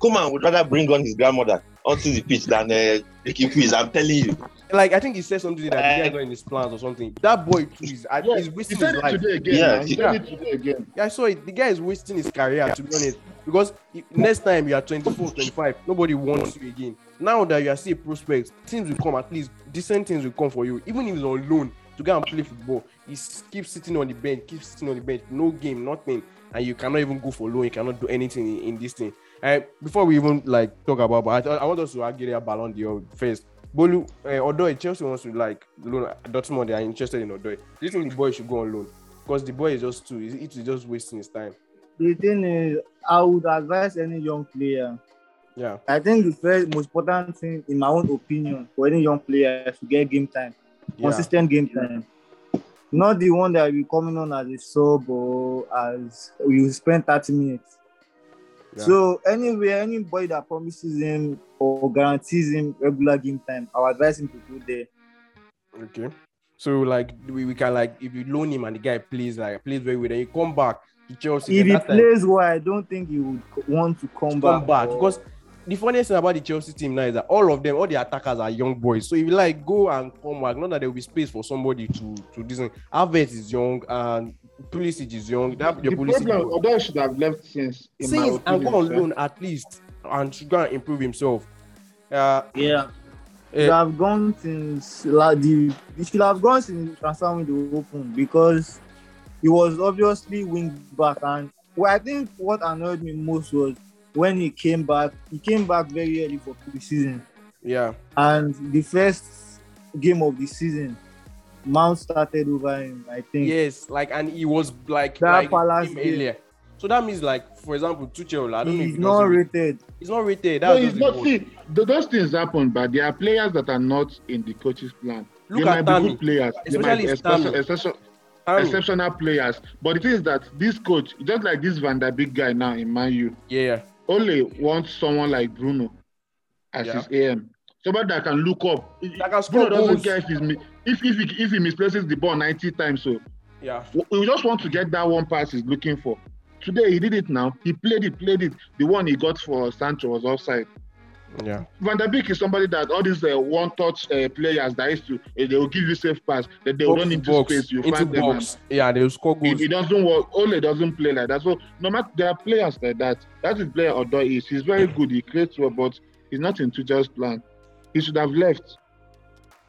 D: Coman would rather bring on his grandmother onto the pitch than uh, Ricky Quiz. I'm telling you.
A: like I think he said something that the
D: Uh,
A: guy got in his plans or something. That boy too is I,
B: Yeah,
A: he's
B: He
A: wasting
B: said
A: his
B: it
A: life.
B: today again.
D: Yeah,
B: man. He
A: yeah.
B: said it today again.
A: Yeah, I saw it. The guy is wasting his career to be honest. Because he- next time you are 24, 25, nobody wants you again. Now that you are still a prospect, things will come at least decent things will come for you. Even if he's on loan to go and play football, he s- keeps sitting on the bench, keeps sitting on the bench, no game, nothing, and you cannot even go for loan. You cannot do anything in, in this thing. And before we even like talk about, but I, thought- I want us to argue about Ballon d'Or first. Bolu, uh, although Chelsea wants to like loan Dortmund, they are interested in Odoi. Do you think the boy should go on loan? Because the boy is just too, it is just wasting his time.
C: The thing is, I would advise any young player.
A: Yeah.
C: I think the first most important thing, in my own opinion, for any young player is to get game time,
A: yeah.
C: consistent game time. Not the one that will be coming on as a sub or as you spend 30 minutes.
A: Yeah.
C: So anywhere, anybody that promises him or guarantees him regular game time, I would advise him to go there.
A: Okay. So like we, we can like if you loan him and the guy plays like plays very well, then you come back to Chelsea.
C: if
A: then
C: he
A: that time-
C: plays well, I don't think he would co- want to come back.
A: come back
C: or-
A: because the funniest thing about the Chelsea team now is that all of them, all the attackers are young boys. So if you like go and come back, not that there will be space for somebody to to this. thing. Havertz is young and Pulisic is young. That
B: The
A: your Pulisic
B: problem, Odoi should have left since. In my
A: since and
B: opinion,
A: go on
B: sir.
A: loan at least and should go and improve himself. Uh,
C: yeah,
A: eh,
C: should have gone since like the he should have gone since transfer window open because he was obviously wing back and well, I think what annoyed me most was when he came back. He came back very early for preseason
A: yeah,
C: and the first game of the season, Mount started over him. I think.
A: yes, like and he was like
C: That
A: like
C: Palace
A: him
C: game.
A: earlier. So that means like for example, Tuchel, I don't know if
C: He's
A: he
C: not
A: knows him.
C: rated.
A: he's not rated.
B: No,
A: That's
B: it's
A: just the
B: not.
A: word.
B: See, th- those things happen, but there are players that are not in the coach's plan.
A: Look
B: they
A: at
B: might be
A: Tammy.
B: good players. They might be
A: Especially
B: exception,
A: Tammy.
B: exception,
A: Tammy.
B: exceptional players. But the thing is that this coach, just like this Van der Beek guy now in Man U,
A: yeah,
B: only wants someone like Bruno as
A: Yeah.
B: his AM. Somebody that can look up.
A: That can score
B: Bruno doesn't
A: goals.
B: care if, he's, mi- if, if, he, if he misplaces the ball 90 times. So
A: yeah.
B: We- we just want to get that one pass he's looking for. Today he did it now. He played it, played it. The one he got for Sancho was offside.
A: Yeah.
B: Van der Beek is somebody that all these uh, one-touch uh, players that used to uh, they will give you safe pass, that they will
A: Box
B: run
A: to
B: into
A: box,
B: space, you
A: into
B: find them. and
A: box. Yeah, they'll score
B: He,
A: goals.
B: he doesn't work. Ole doesn't play like that. So no matter there are players like that. That is player Odo is. He's very good. He creates well, but he's not into just plan. He should have left.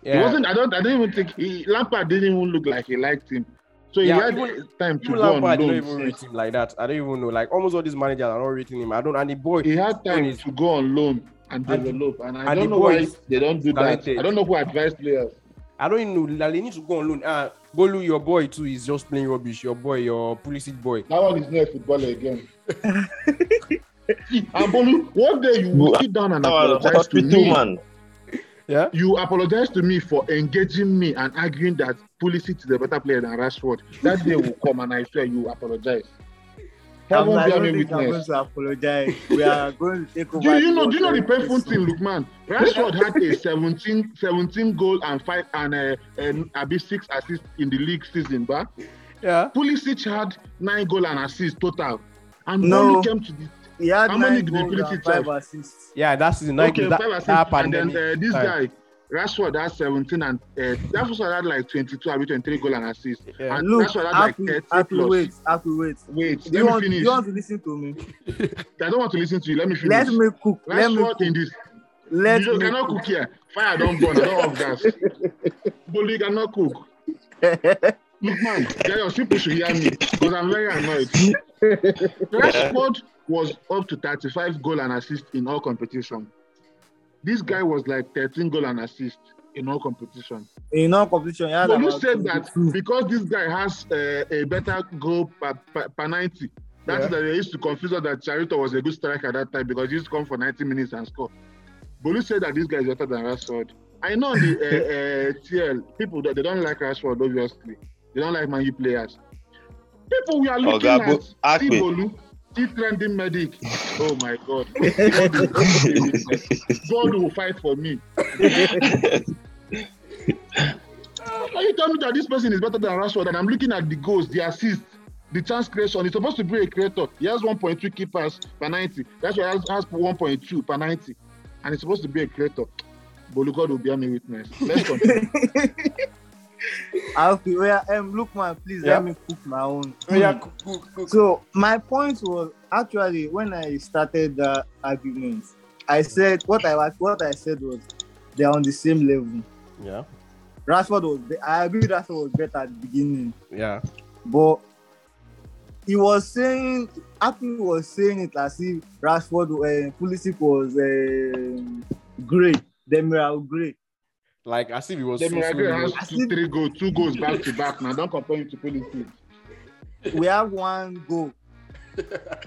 B: He
A: Yeah.
B: wasn't. I don't. I don't even think he, Lampard didn't even look like he liked him. So he
A: Yeah,
B: had
A: even-
B: time to
A: Even
B: go on
A: Lampard, they don't even
B: loan.
A: rate him like that. I don't even know. Like almost all these managers are not rating him. I don't. And the boy,
B: He had time
A: is-
B: to go on loan and
A: And-
B: develop. And I
A: and
B: don't
A: the
B: know
A: boy
B: why
A: is
B: they don't do that.
A: talented.
B: I don't know who advised players.
A: I don't even know. Like, they need to go on loan. Uh, Bolu, your boy too is just playing rubbish. Your boy, your Pulisic boy.
B: That one is not a footballer
A: [laughs]
B: again. and Bolu, one day you will sit down and
D: Our
B: apologize to
D: hospital
B: me.
D: man. [laughs]
A: Yeah.
B: You apologize to me for engaging me and arguing that Pulisic is a better player than Rashford. That day will come, and I swear you apologize. Heaven
C: I
B: bear
C: don't
B: me
C: think I'm going
B: witness.
C: to apologize. We are going to take
B: [laughs]
C: over.
B: Do you know? Do you know the
C: podcast
B: painful
C: soon.
B: thing, Lukman? Rashford had a 17, 17 goal and five and uh, and abi six assists in the league season, but
A: Yeah.
B: Pulisic had nine goal and assists total, and
C: No.
B: only came to the
C: He had
B: How many
C: nine
B: did they
C: goals
B: finish
C: and
B: it
C: five
B: off?
C: assists.
A: Yeah, that's the night.
B: okay,
A: that,
B: five assists,
A: that
B: and then
A: pandemic
B: uh, this
A: time.
B: guy Rashford had 17 and uh, Rashford had like 22 or 23 goal and assists.
A: Yeah.
B: And
C: Look,
B: Rashford had like
C: happy,
B: 30
C: happy
B: plus.
C: wait, happy wait.
B: Wait,
C: Do you,
B: let me
C: want, do
B: finish.
C: you want to listen to me?
B: I don't want to listen to you. Let me finish.
C: Let me cook. Let me
B: Rashford in
C: cook.
B: this.
C: Let
B: you
C: me
B: cannot cook here. Fire don't burn. I don't have gas. But you cannot cook.
C: [laughs] cook.
B: Look, man, there are people should hear me because I'm very annoyed. Rashford was up to 35 goal and assist in all competition. This guy was like 13 goal and assist in all competition.
C: In non-competition, he had
B: But you
C: about
B: said that
C: 22.
B: because this guy has uh, a better goal per, per, per 90. That's
A: Yeah.
B: that they used to confuse us that Charito was a good striker at that time because he used to come for 90 minutes and score. Bolu said that this guy is better than Rashford. I know the uh, uh, TL people that they don't like Rashford, obviously. They don't like Man U players. People we are looking
D: Oga Bo-
B: at see
D: Akpe.
B: Bolu, see trending medic. Oh my god. God [laughs] will- God will fight for me. Are you telling me that this person is better than Rashford? And I'm looking at the goals, the assists, the chance creation. He's supposed to be a creator. He has 1.2 keepers per 90. That's why he has, has 1.2 per 90. And he's supposed to be a creator. But God will bear me witness. Let's continue.
C: Happy, well, um, look, man, please
A: Yeah.
C: let me cook my own.
A: Oh,
B: Oh,
C: Hmm.
A: Yeah, cook, cook, cook.
C: So my point was actually when I started the argument, I said what I what I said was they're on the same level.
A: Yeah.
C: Rashford was be- I agree Rashford was better at the beginning,
A: Yeah.
C: but he was saying Happy was saying it as if Rashford uh, Pulisic was um great, Demiral great.
A: Like as if it was.
B: Then
A: so- so
B: Miracle
A: real.
B: has two, three goals, two goals back to back. Now don't compare him to Pulisic.
C: We have one goal,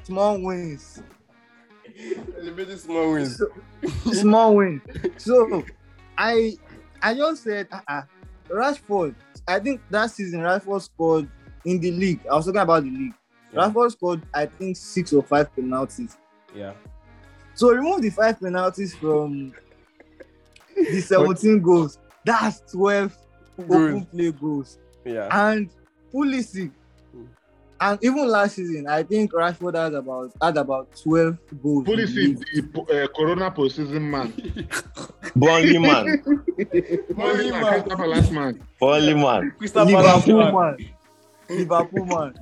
C: small wins.
A: Celebrating small wins.
C: So- small win. So I I just said uh-uh. Rashford. I think that season Rashford scored in the league. I was talking about the league.
A: Yeah.
C: Rashford scored I think six or five penalties.
A: Yeah.
C: So remove the five penalties from the 17 goals. That's 12
A: Goals.
C: open play goals.
A: Yeah.
C: And Pulisic. And even last season, I think Rashford had about had about 12 goals. in the
B: Pulisic,
C: league.
B: the uh, Corona postseason man.
D: Burnley man.
B: Only like Christopher last man.
D: Burnley man.
A: Crystal Palace.
C: Liverpool
A: man.
C: man. Liverpool man.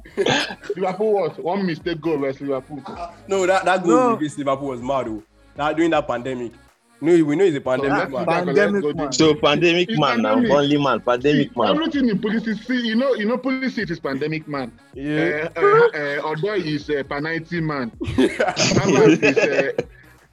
B: Liverpool was one mistake goal versus Liverpool.
A: Ah, No, that that goal
C: No.
A: against Liverpool was mad. Oh, that during that pandemic. No, we know it's a pandemic,
C: that-
A: man.
C: that- Pandemic
B: Goal.
C: man.
D: So pandemic
B: It's
D: man now.
B: pandemic.
D: Burnley man. Pandemic man.
B: Everything in Pulisic, see, you know, you know, Pulisic is pandemic man.
A: yeah.
B: Uh, uh, uh, Odoi is uh, penalty man. Havertz is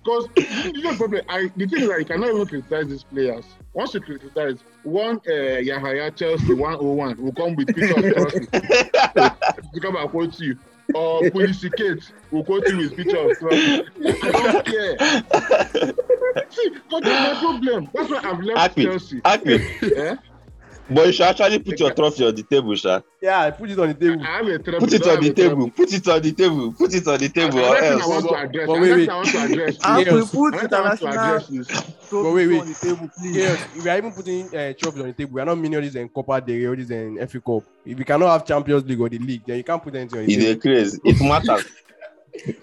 B: because you know, probably I the thing is that you cannot even criticize these players. Once you criticize one, uh, Yahaya Chelsea 101 will come with pictures of trophy to come and quote you. Or Pulisic will quote you with picture of trophy. I don't care. See, but that's my problem. That's why I've left
D: Happy.
B: Chelsea.
D: Happy.
B: Eh?
D: But you should actually put your trophy on the table, sha.
A: yeah, I put it on the table.
B: I have a trouble.
D: Put it
B: I
D: on
B: have
D: the
B: a trouble.
D: table. Put it on the table. Put it on the table or
B: Another thing I
D: else.
B: want to address.
A: But
B: But
A: wait,
B: wait,
A: wait.
B: I want to address. is-
C: And we
A: Yes.
C: put
B: another thing I want to
C: international
B: address is
A: But wait,
C: trophy
A: wait.
C: on the table, please.
A: Yes, if we are even putting uh, trophies on the table, we are not million this and Copa del Rey, all this and FA Cup. If we cannot have Champions League or the league, then you can't put anything on the
D: It's
A: table.
D: a craze. It matters.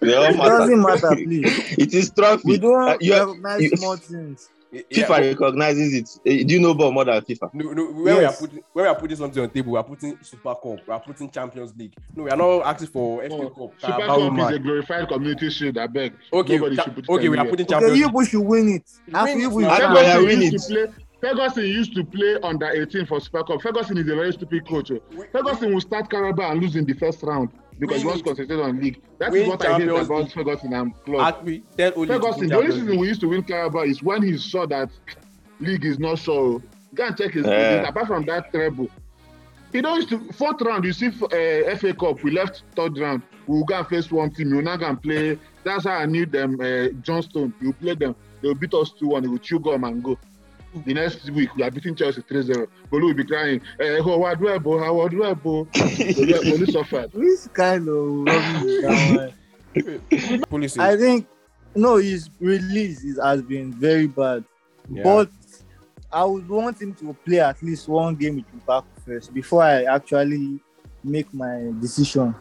D: They all
C: It doesn't
D: matter.
C: matter,
D: [laughs]
C: please.
D: it is trophy.
C: We
D: Uh,
C: don't
D: you have-
C: recognize
D: you-
C: small things.
D: FIFA recognizes it. Eh, Do you know ball more than FIFA?
F: No, no, when we are
C: Yes.
F: putting when we are putting something on table, we are putting Super Cup, we are putting Champions League. No, we are not asking for FA
A: Oh,
B: No,
F: Cup.
B: Oh, Super
F: Carabao
B: Cup is
F: Match.
B: a glorified community shield, I beg.
F: okay,
B: Nobody
F: cha-
B: should put it
F: okay, we are
B: anywhere.
F: putting
C: Okay,
F: Champions League.
C: you should win it. After
F: Win
C: you
F: it
C: win
F: now.
D: That's
C: it,
D: why I
B: Ferguson
D: win it.
B: used to play. Ferguson used to play under 18 for Super Cup. Ferguson is a very stupid coach. oh.
F: We-
B: Ferguson will start Carabao and lose in the first round because he
F: Win
B: wants
F: it.
B: concentrate on league. That is
F: Win
B: what I hate
F: Champions
B: about
F: League.
B: Ferguson and Klopp.
F: Ask me, tell Oli to
B: Ferguson,
F: put
B: the only
F: Champions
B: reason
F: League.
B: we used to win Carabao is when he saw that league is not sure. Go and check his
D: Yeah.
B: yeah. apart from that treble. He don't used to fourth round, you see uh, FA Cup, we left third round. We'll go and face one team, you'll not go and play. That's how I knew them, uh, Johnstone. You play them, they'll beat us 2 1, we'll chew gum and go. The next week, we are beating Chelsea 3 0. Bolu will be crying, eh, Howard Webo, Howard Webo. Bolu Bolu suffered.
C: which kind of rubbish is that one?
F: Police.
C: I think no, his release is, has been very bad.
F: Yeah.
C: But I would want him to play at least one game with Lukaku first before I actually make my decision.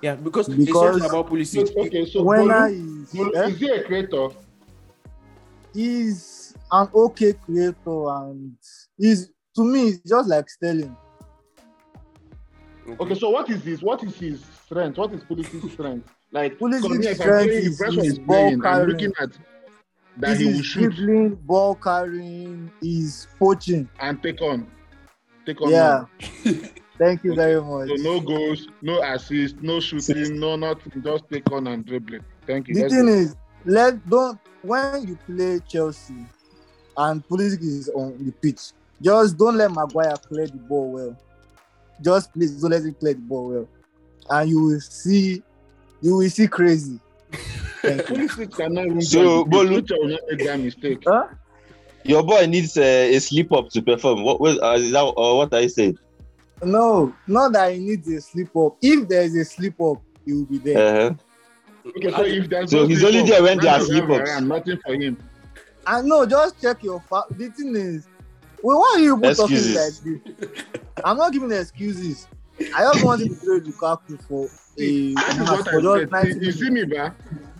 F: yeah, because, it's
C: Because-
F: something about police.
B: Okay, so
C: when I
B: Bolu,
C: is,
B: Bolu,
C: eh,
B: is he a creator?
C: he's an okay creator and he's to me it's just like Sterling.
B: Okay, so what is his what is his strength? What is
C: [laughs]
B: Pulisic's strength? Like
C: Pulisic's
B: because me, if I'm playing,
C: strength is
B: if Rashford
C: his
B: is playing,
C: ball
B: I'm
C: carrying.
B: looking at that
C: He's
B: he will
C: his
B: shoot
C: dribbling, ball carrying, he's poaching.
B: and take on, take on.
C: yeah. Thank you
B: Okay.
C: very
B: man.
C: much.
B: So no goals, no assist, no shooting, no nothing. Just take on and dribbling. Thank you.
C: the
B: Let's
C: thing
B: go.
C: is, let don't when you play Chelsea and Pulisic is on the pitch, just don't let Maguire play the ball well. Just please don't let him play the ball well, and you will see, you will see crazy. Thank you.
B: Pulisic cannot even
D: So,
B: play.
D: Bolu-
B: Lucha will not make that mistake.
C: Huh?
D: Your boy needs uh, a slip up to perform. What what- uh, is that? Uh, what are you saying?
C: No, not that he needs a slip up. If there is a slip up, he will be there.
D: Uh-huh.
B: Okay, so if there's
D: So
B: no
D: he's
B: slip
D: only
B: up,
D: there when there are
B: Rashford
D: slip
B: will
D: ups.
B: run, Nothing for him.
C: And no, just check your fa- the thing is, well, why are you people talking like
D: Excuses.
C: this? I'm not giving excuses. I just want him to play Lukaku for a
B: That is
C: match
B: what
C: Ah, for just
B: I
C: 90
B: said. You- You see me, ba?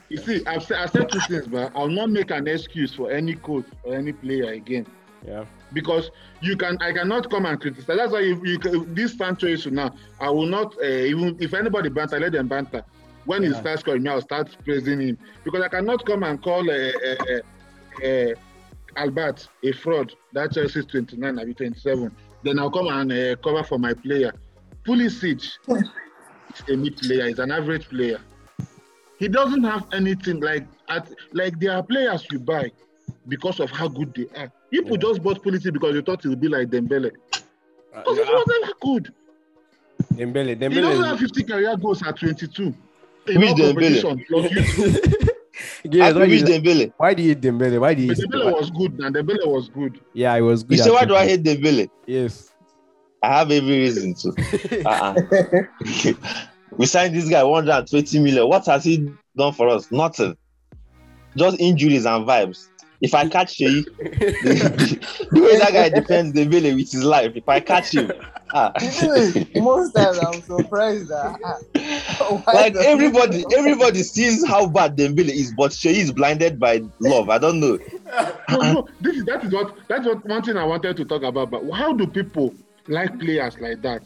B: You see, I've said, I've said two things, ba. I'll not make an excuse for any coach or any player again.
F: Yeah.
B: Because you can, I cannot come and criticize. That's why you, you can- this Sancho issue now. I will not uh, even if anybody banter, let them banter. When he starts calling me, I'll start praising him because I cannot come and call uh, uh, uh, uh, Albert a fraud. That Chelsea is 29, I'll be 27. Then I'll come and uh, cover for my player. Pulisic is a mid player, he's an average player. He doesn't have anything like at like there are players you buy because of how good they are. People just bought Pulisic because you thought he would be like Dembele.
F: Uh,
B: Because he wasn't that good.
F: Dembele,
B: He doesn't
F: Dembele.
B: have 50 career goals at 22. In
D: Which
B: all
D: Dembele?
B: competition, plus you-
D: Yeah,
F: Yeah,
D: Happy
F: why
D: Rich
F: do you-
D: Dembele.
F: why do you hate Dembele? Why do you?
B: but
F: hate
B: Dembele
F: Dembele?
B: was good, and Dembele was good.
F: Yeah, it was good.
D: You say
F: at
D: why do I
F: Chelsea.
D: hate Dembele?
F: Yes.
D: I have every reason to. Uh-uh. we signed this guy 120 million. What has he done for us? Nothing. Just injuries and vibes. If I catch Sheyi, the, the way that guy defends Dembele with his life, if I catch him, ah.
C: [laughs] Even most times I'm surprised that ah, why
D: like
C: does-
D: everybody, everybody sees how bad Dembele is, but Sheyi is blinded by love. I don't know.
B: No, no, this is that is what that's what one thing I wanted to talk about. But how do people like players like that?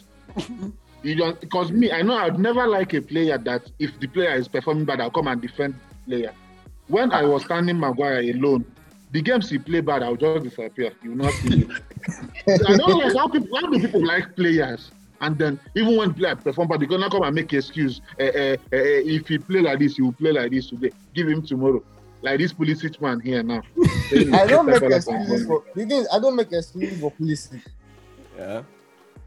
B: You don't because me, I know I'd never like a player that if the player is performing bad, I'll come and defend the player. When I was standing Maguire alone, the games he played bad, I'll just disappear. You will not see me. I don't like how people how do people like players. And then even when player perform bad, they're gonna come and make excuse. Eh, eh, eh, eh, if he play like this, he will play like this today. Give him tomorrow. Like this police man here now.
C: [laughs] I don't make excuses for the thing. is, I don't make excuses for Pulisic.
F: Yeah.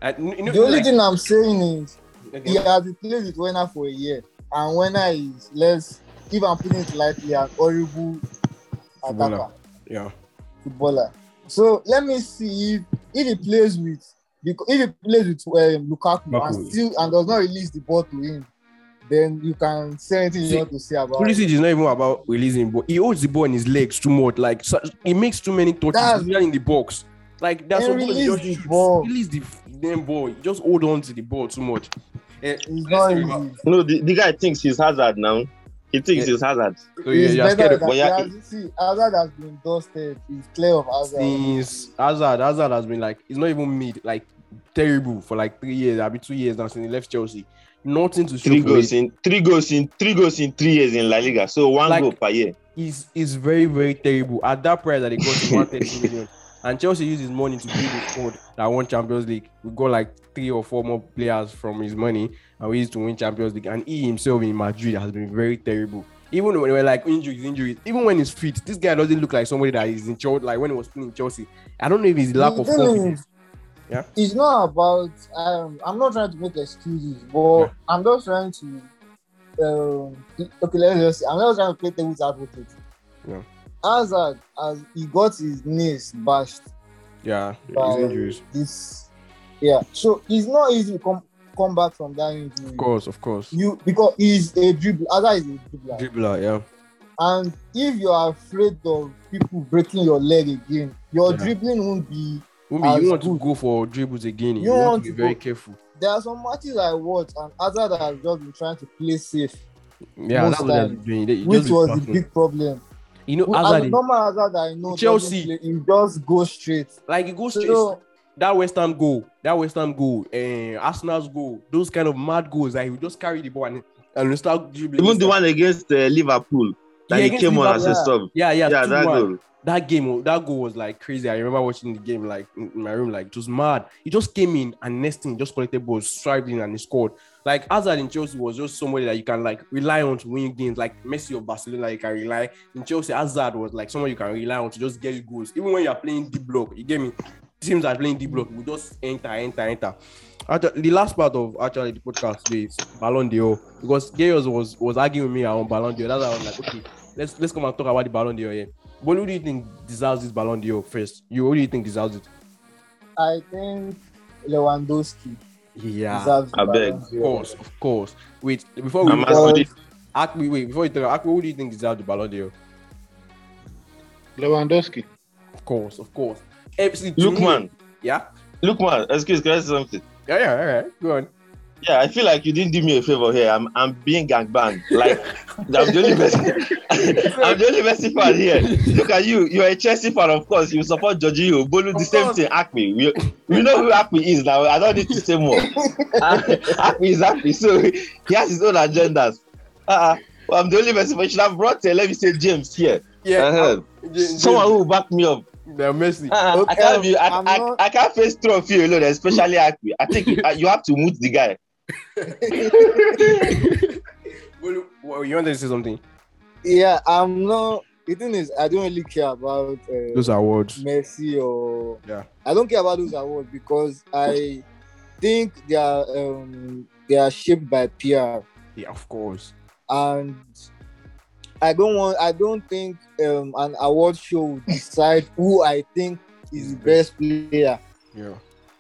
F: And, you know,
C: The only
F: like-
C: thing I'm saying is
F: okay.
C: he has been playing with Werner for a year, and Werner is less. If I'm putting it lightly, an horrible
F: Footballer.
C: attacker.
F: Yeah.
C: footballer. So let me see if if he plays with because if he plays with um, Lukaku
F: Lukaku.
C: and still and does not release the ball to him, then you can say anything
F: See,
C: you want to say about. it.
F: Pulisic is not even about releasing ball. He holds the ball in his legs too much. Like so, he makes too many touches
C: That's-
F: especially in the box. Like that's
C: Then
F: what
C: release
F: just
C: the
F: shoots.
C: ball.
F: Release the f- damn ball. You Just hold on to the ball too much. Eh,
C: It's
F: let's
C: not
F: talk about-
C: easy.
D: No, the, the guy thinks he's Hazard now. He thinks it's Hazard.
A: So "Oh, yeah,
C: He's
A: you're scared
C: better
A: of
D: but
C: than,
D: yeah,
C: Hazard. see, Hazard has been dusted. He's clear of Hazard.
A: since Hazard. Hazard has been like it's not even mid, like terrible for like three years. I've been two years now since he left Chelsea. Nothing to show
D: Three
A: for
D: goals
A: it.
D: in three goals in three goals in three years in La Liga. So one
A: Like-
D: goal per year.
A: Is is very very terrible at that price that they got him, 130 million. And Chelsea used his money to build a squad that won Champions League. We got like three or four more players from his money, and we used to win Champions League. And he himself in Madrid has been very terrible. Even when we're like injuries, injuries. Even when he's fit, this guy doesn't look like somebody that is in Chelsea. Like when he was playing in Chelsea, I don't know if it's lack
C: The
A: of
C: thing
A: confidence.
C: is,
A: Yeah.
C: It's not about. Um, I'm not trying to make excuses, but
A: Yeah.
C: I'm just trying to. Um, okay, let's just. say, I'm not trying to play devil's advocate.
A: Yeah.
C: Hazard, as he got his knees bashed
A: Yeah, it's
C: by
A: injuries.
C: this. Yeah, so it's not easy to come come back from that injury.
A: Of course, of course.
C: You because he's a dribbler. Hazard is a dribbler.
A: Dribbler, yeah.
C: and if you are afraid of people breaking your leg again your
A: Yeah.
C: dribbling won't be
A: Wumi,
C: As
A: you want to
C: good.
A: go for dribbles again. You,
C: You
A: want,
C: want
A: to be
C: to
A: very
C: go-
A: careful.
C: there are some matches i watch and hazard has just been trying to play safe
A: Yeah,
C: Most
A: that's what they're
C: times.
A: doing. They,
C: which was the big problem
A: you know,
C: as a
A: Hazard,
C: normal hazard i know doesn't
A: Chelsea.
C: play, he just go straight
A: like it goes straight.
C: so
A: that West Ham goal, that West Ham goal, and Arsenal's goal, those kind of mad goals that he would just carry the ball and, and he'll start dribbling.
D: Even the one against uh, Liverpool
A: Yeah,
D: that he
A: against
D: came on and said
C: Liverpool,
D: stop.
A: yeah, yeah,
D: Yeah, that
A: 2-1.
D: goal.
A: that game that goal was like crazy. I remember watching the game like in in my room, like it was mad. He just came in and next thing he just collected balls, strived in and he scored. Like Hazard in Chelsea was just somebody that you can like rely on to win games, like Messi of Barcelona, you can rely in Chelsea. Hazard was like someone you can rely on to just get you goals, even when you are playing D block. You get me? Teams are playing D block, we just enter, enter, enter. Actually, the last part of actually the podcast today is Ballon d'Or because Gayos was was arguing with me on Ballon d'Or. That's why I was like, okay, let's let's come and talk about the Ballon d'Or here. But who do you think deserves this Ballon d'Or first? You who do you think deserves it?
C: i think lewandowski
A: Yeah,
C: deserves
D: I
C: the
D: beg.
C: Ballon
A: of
C: d'Or.
A: course, of course. Wait, before we
D: I'm
C: Because-
D: asking
A: act, wait, wait, before you talk, Akwe, who do you think deserves the Ballon d'Or?
B: Lewandowski.
A: Of course, of course. FC, to
D: Look,
A: me-
D: man.
A: Yeah,
D: Look, man. Excuse me. something.
A: yeah, yeah. All right, go on.
D: Yeah, I feel like you didn't do me a favor here. I'm I'm being gangbanged. Like I'm the only person. [laughs] I'm the only person fan here. Look at you. You're a Chelsea fan, of course. You support Jorginho. Bolu, the
A: Of
D: same
A: course.
D: thing. Akpi. We, we know who Akpi is now. I don't need to
A: [laughs]
D: say more. Akpi is Akpi. So he has his own agendas. Uh-uh. Well, I'm the only person. But you should have brought, uh, let me say, James here.
A: Yeah,
D: Uh-huh. Someone who will back me up.
A: they're messy.
D: Uh-uh. I
C: Okay,
D: can't be. I,
C: I'm
D: I,
C: not-
D: I can't face trophy alone, especially Akpi. I think you, you have to mute the guy.
A: Well, well, you wanted to say something?
C: yeah i'm not the thing is i don't really care about uh,
A: Those are words.
C: Messi or
A: Yeah.
C: I don't care about those awards because I think they are um, they are shaped by PR
A: Yeah, of course.
C: and I don't want I don't think um, an award show will decide who I think is the best player
A: Yeah.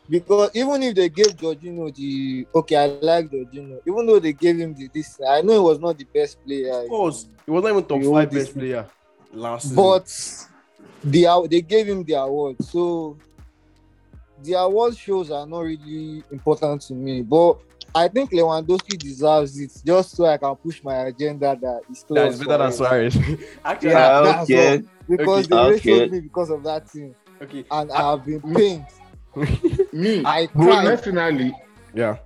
C: because even if they gave Jorginho the okay I like Jorginho even though they gave him the this I know he was not the best player
A: Of course, it was not even top
C: We owe
A: five
C: this-
A: best player last season.
C: but the aw- they gave him the award so the award shows are not really important to me but i think lewandowski deserves it just so i can push my agenda that is
A: that is better than
C: close for him.
A: Suarez. [laughs] Actually,
C: Yeah,
D: Ah,
C: that's
D: okay.
A: Okay.
C: because they really
D: Okay.
C: showed me because of that thing
A: okay,
C: and i have been pained
B: Me,
A: Ah,
C: i
B: bro,
C: cried
B: personally,
A: yeah,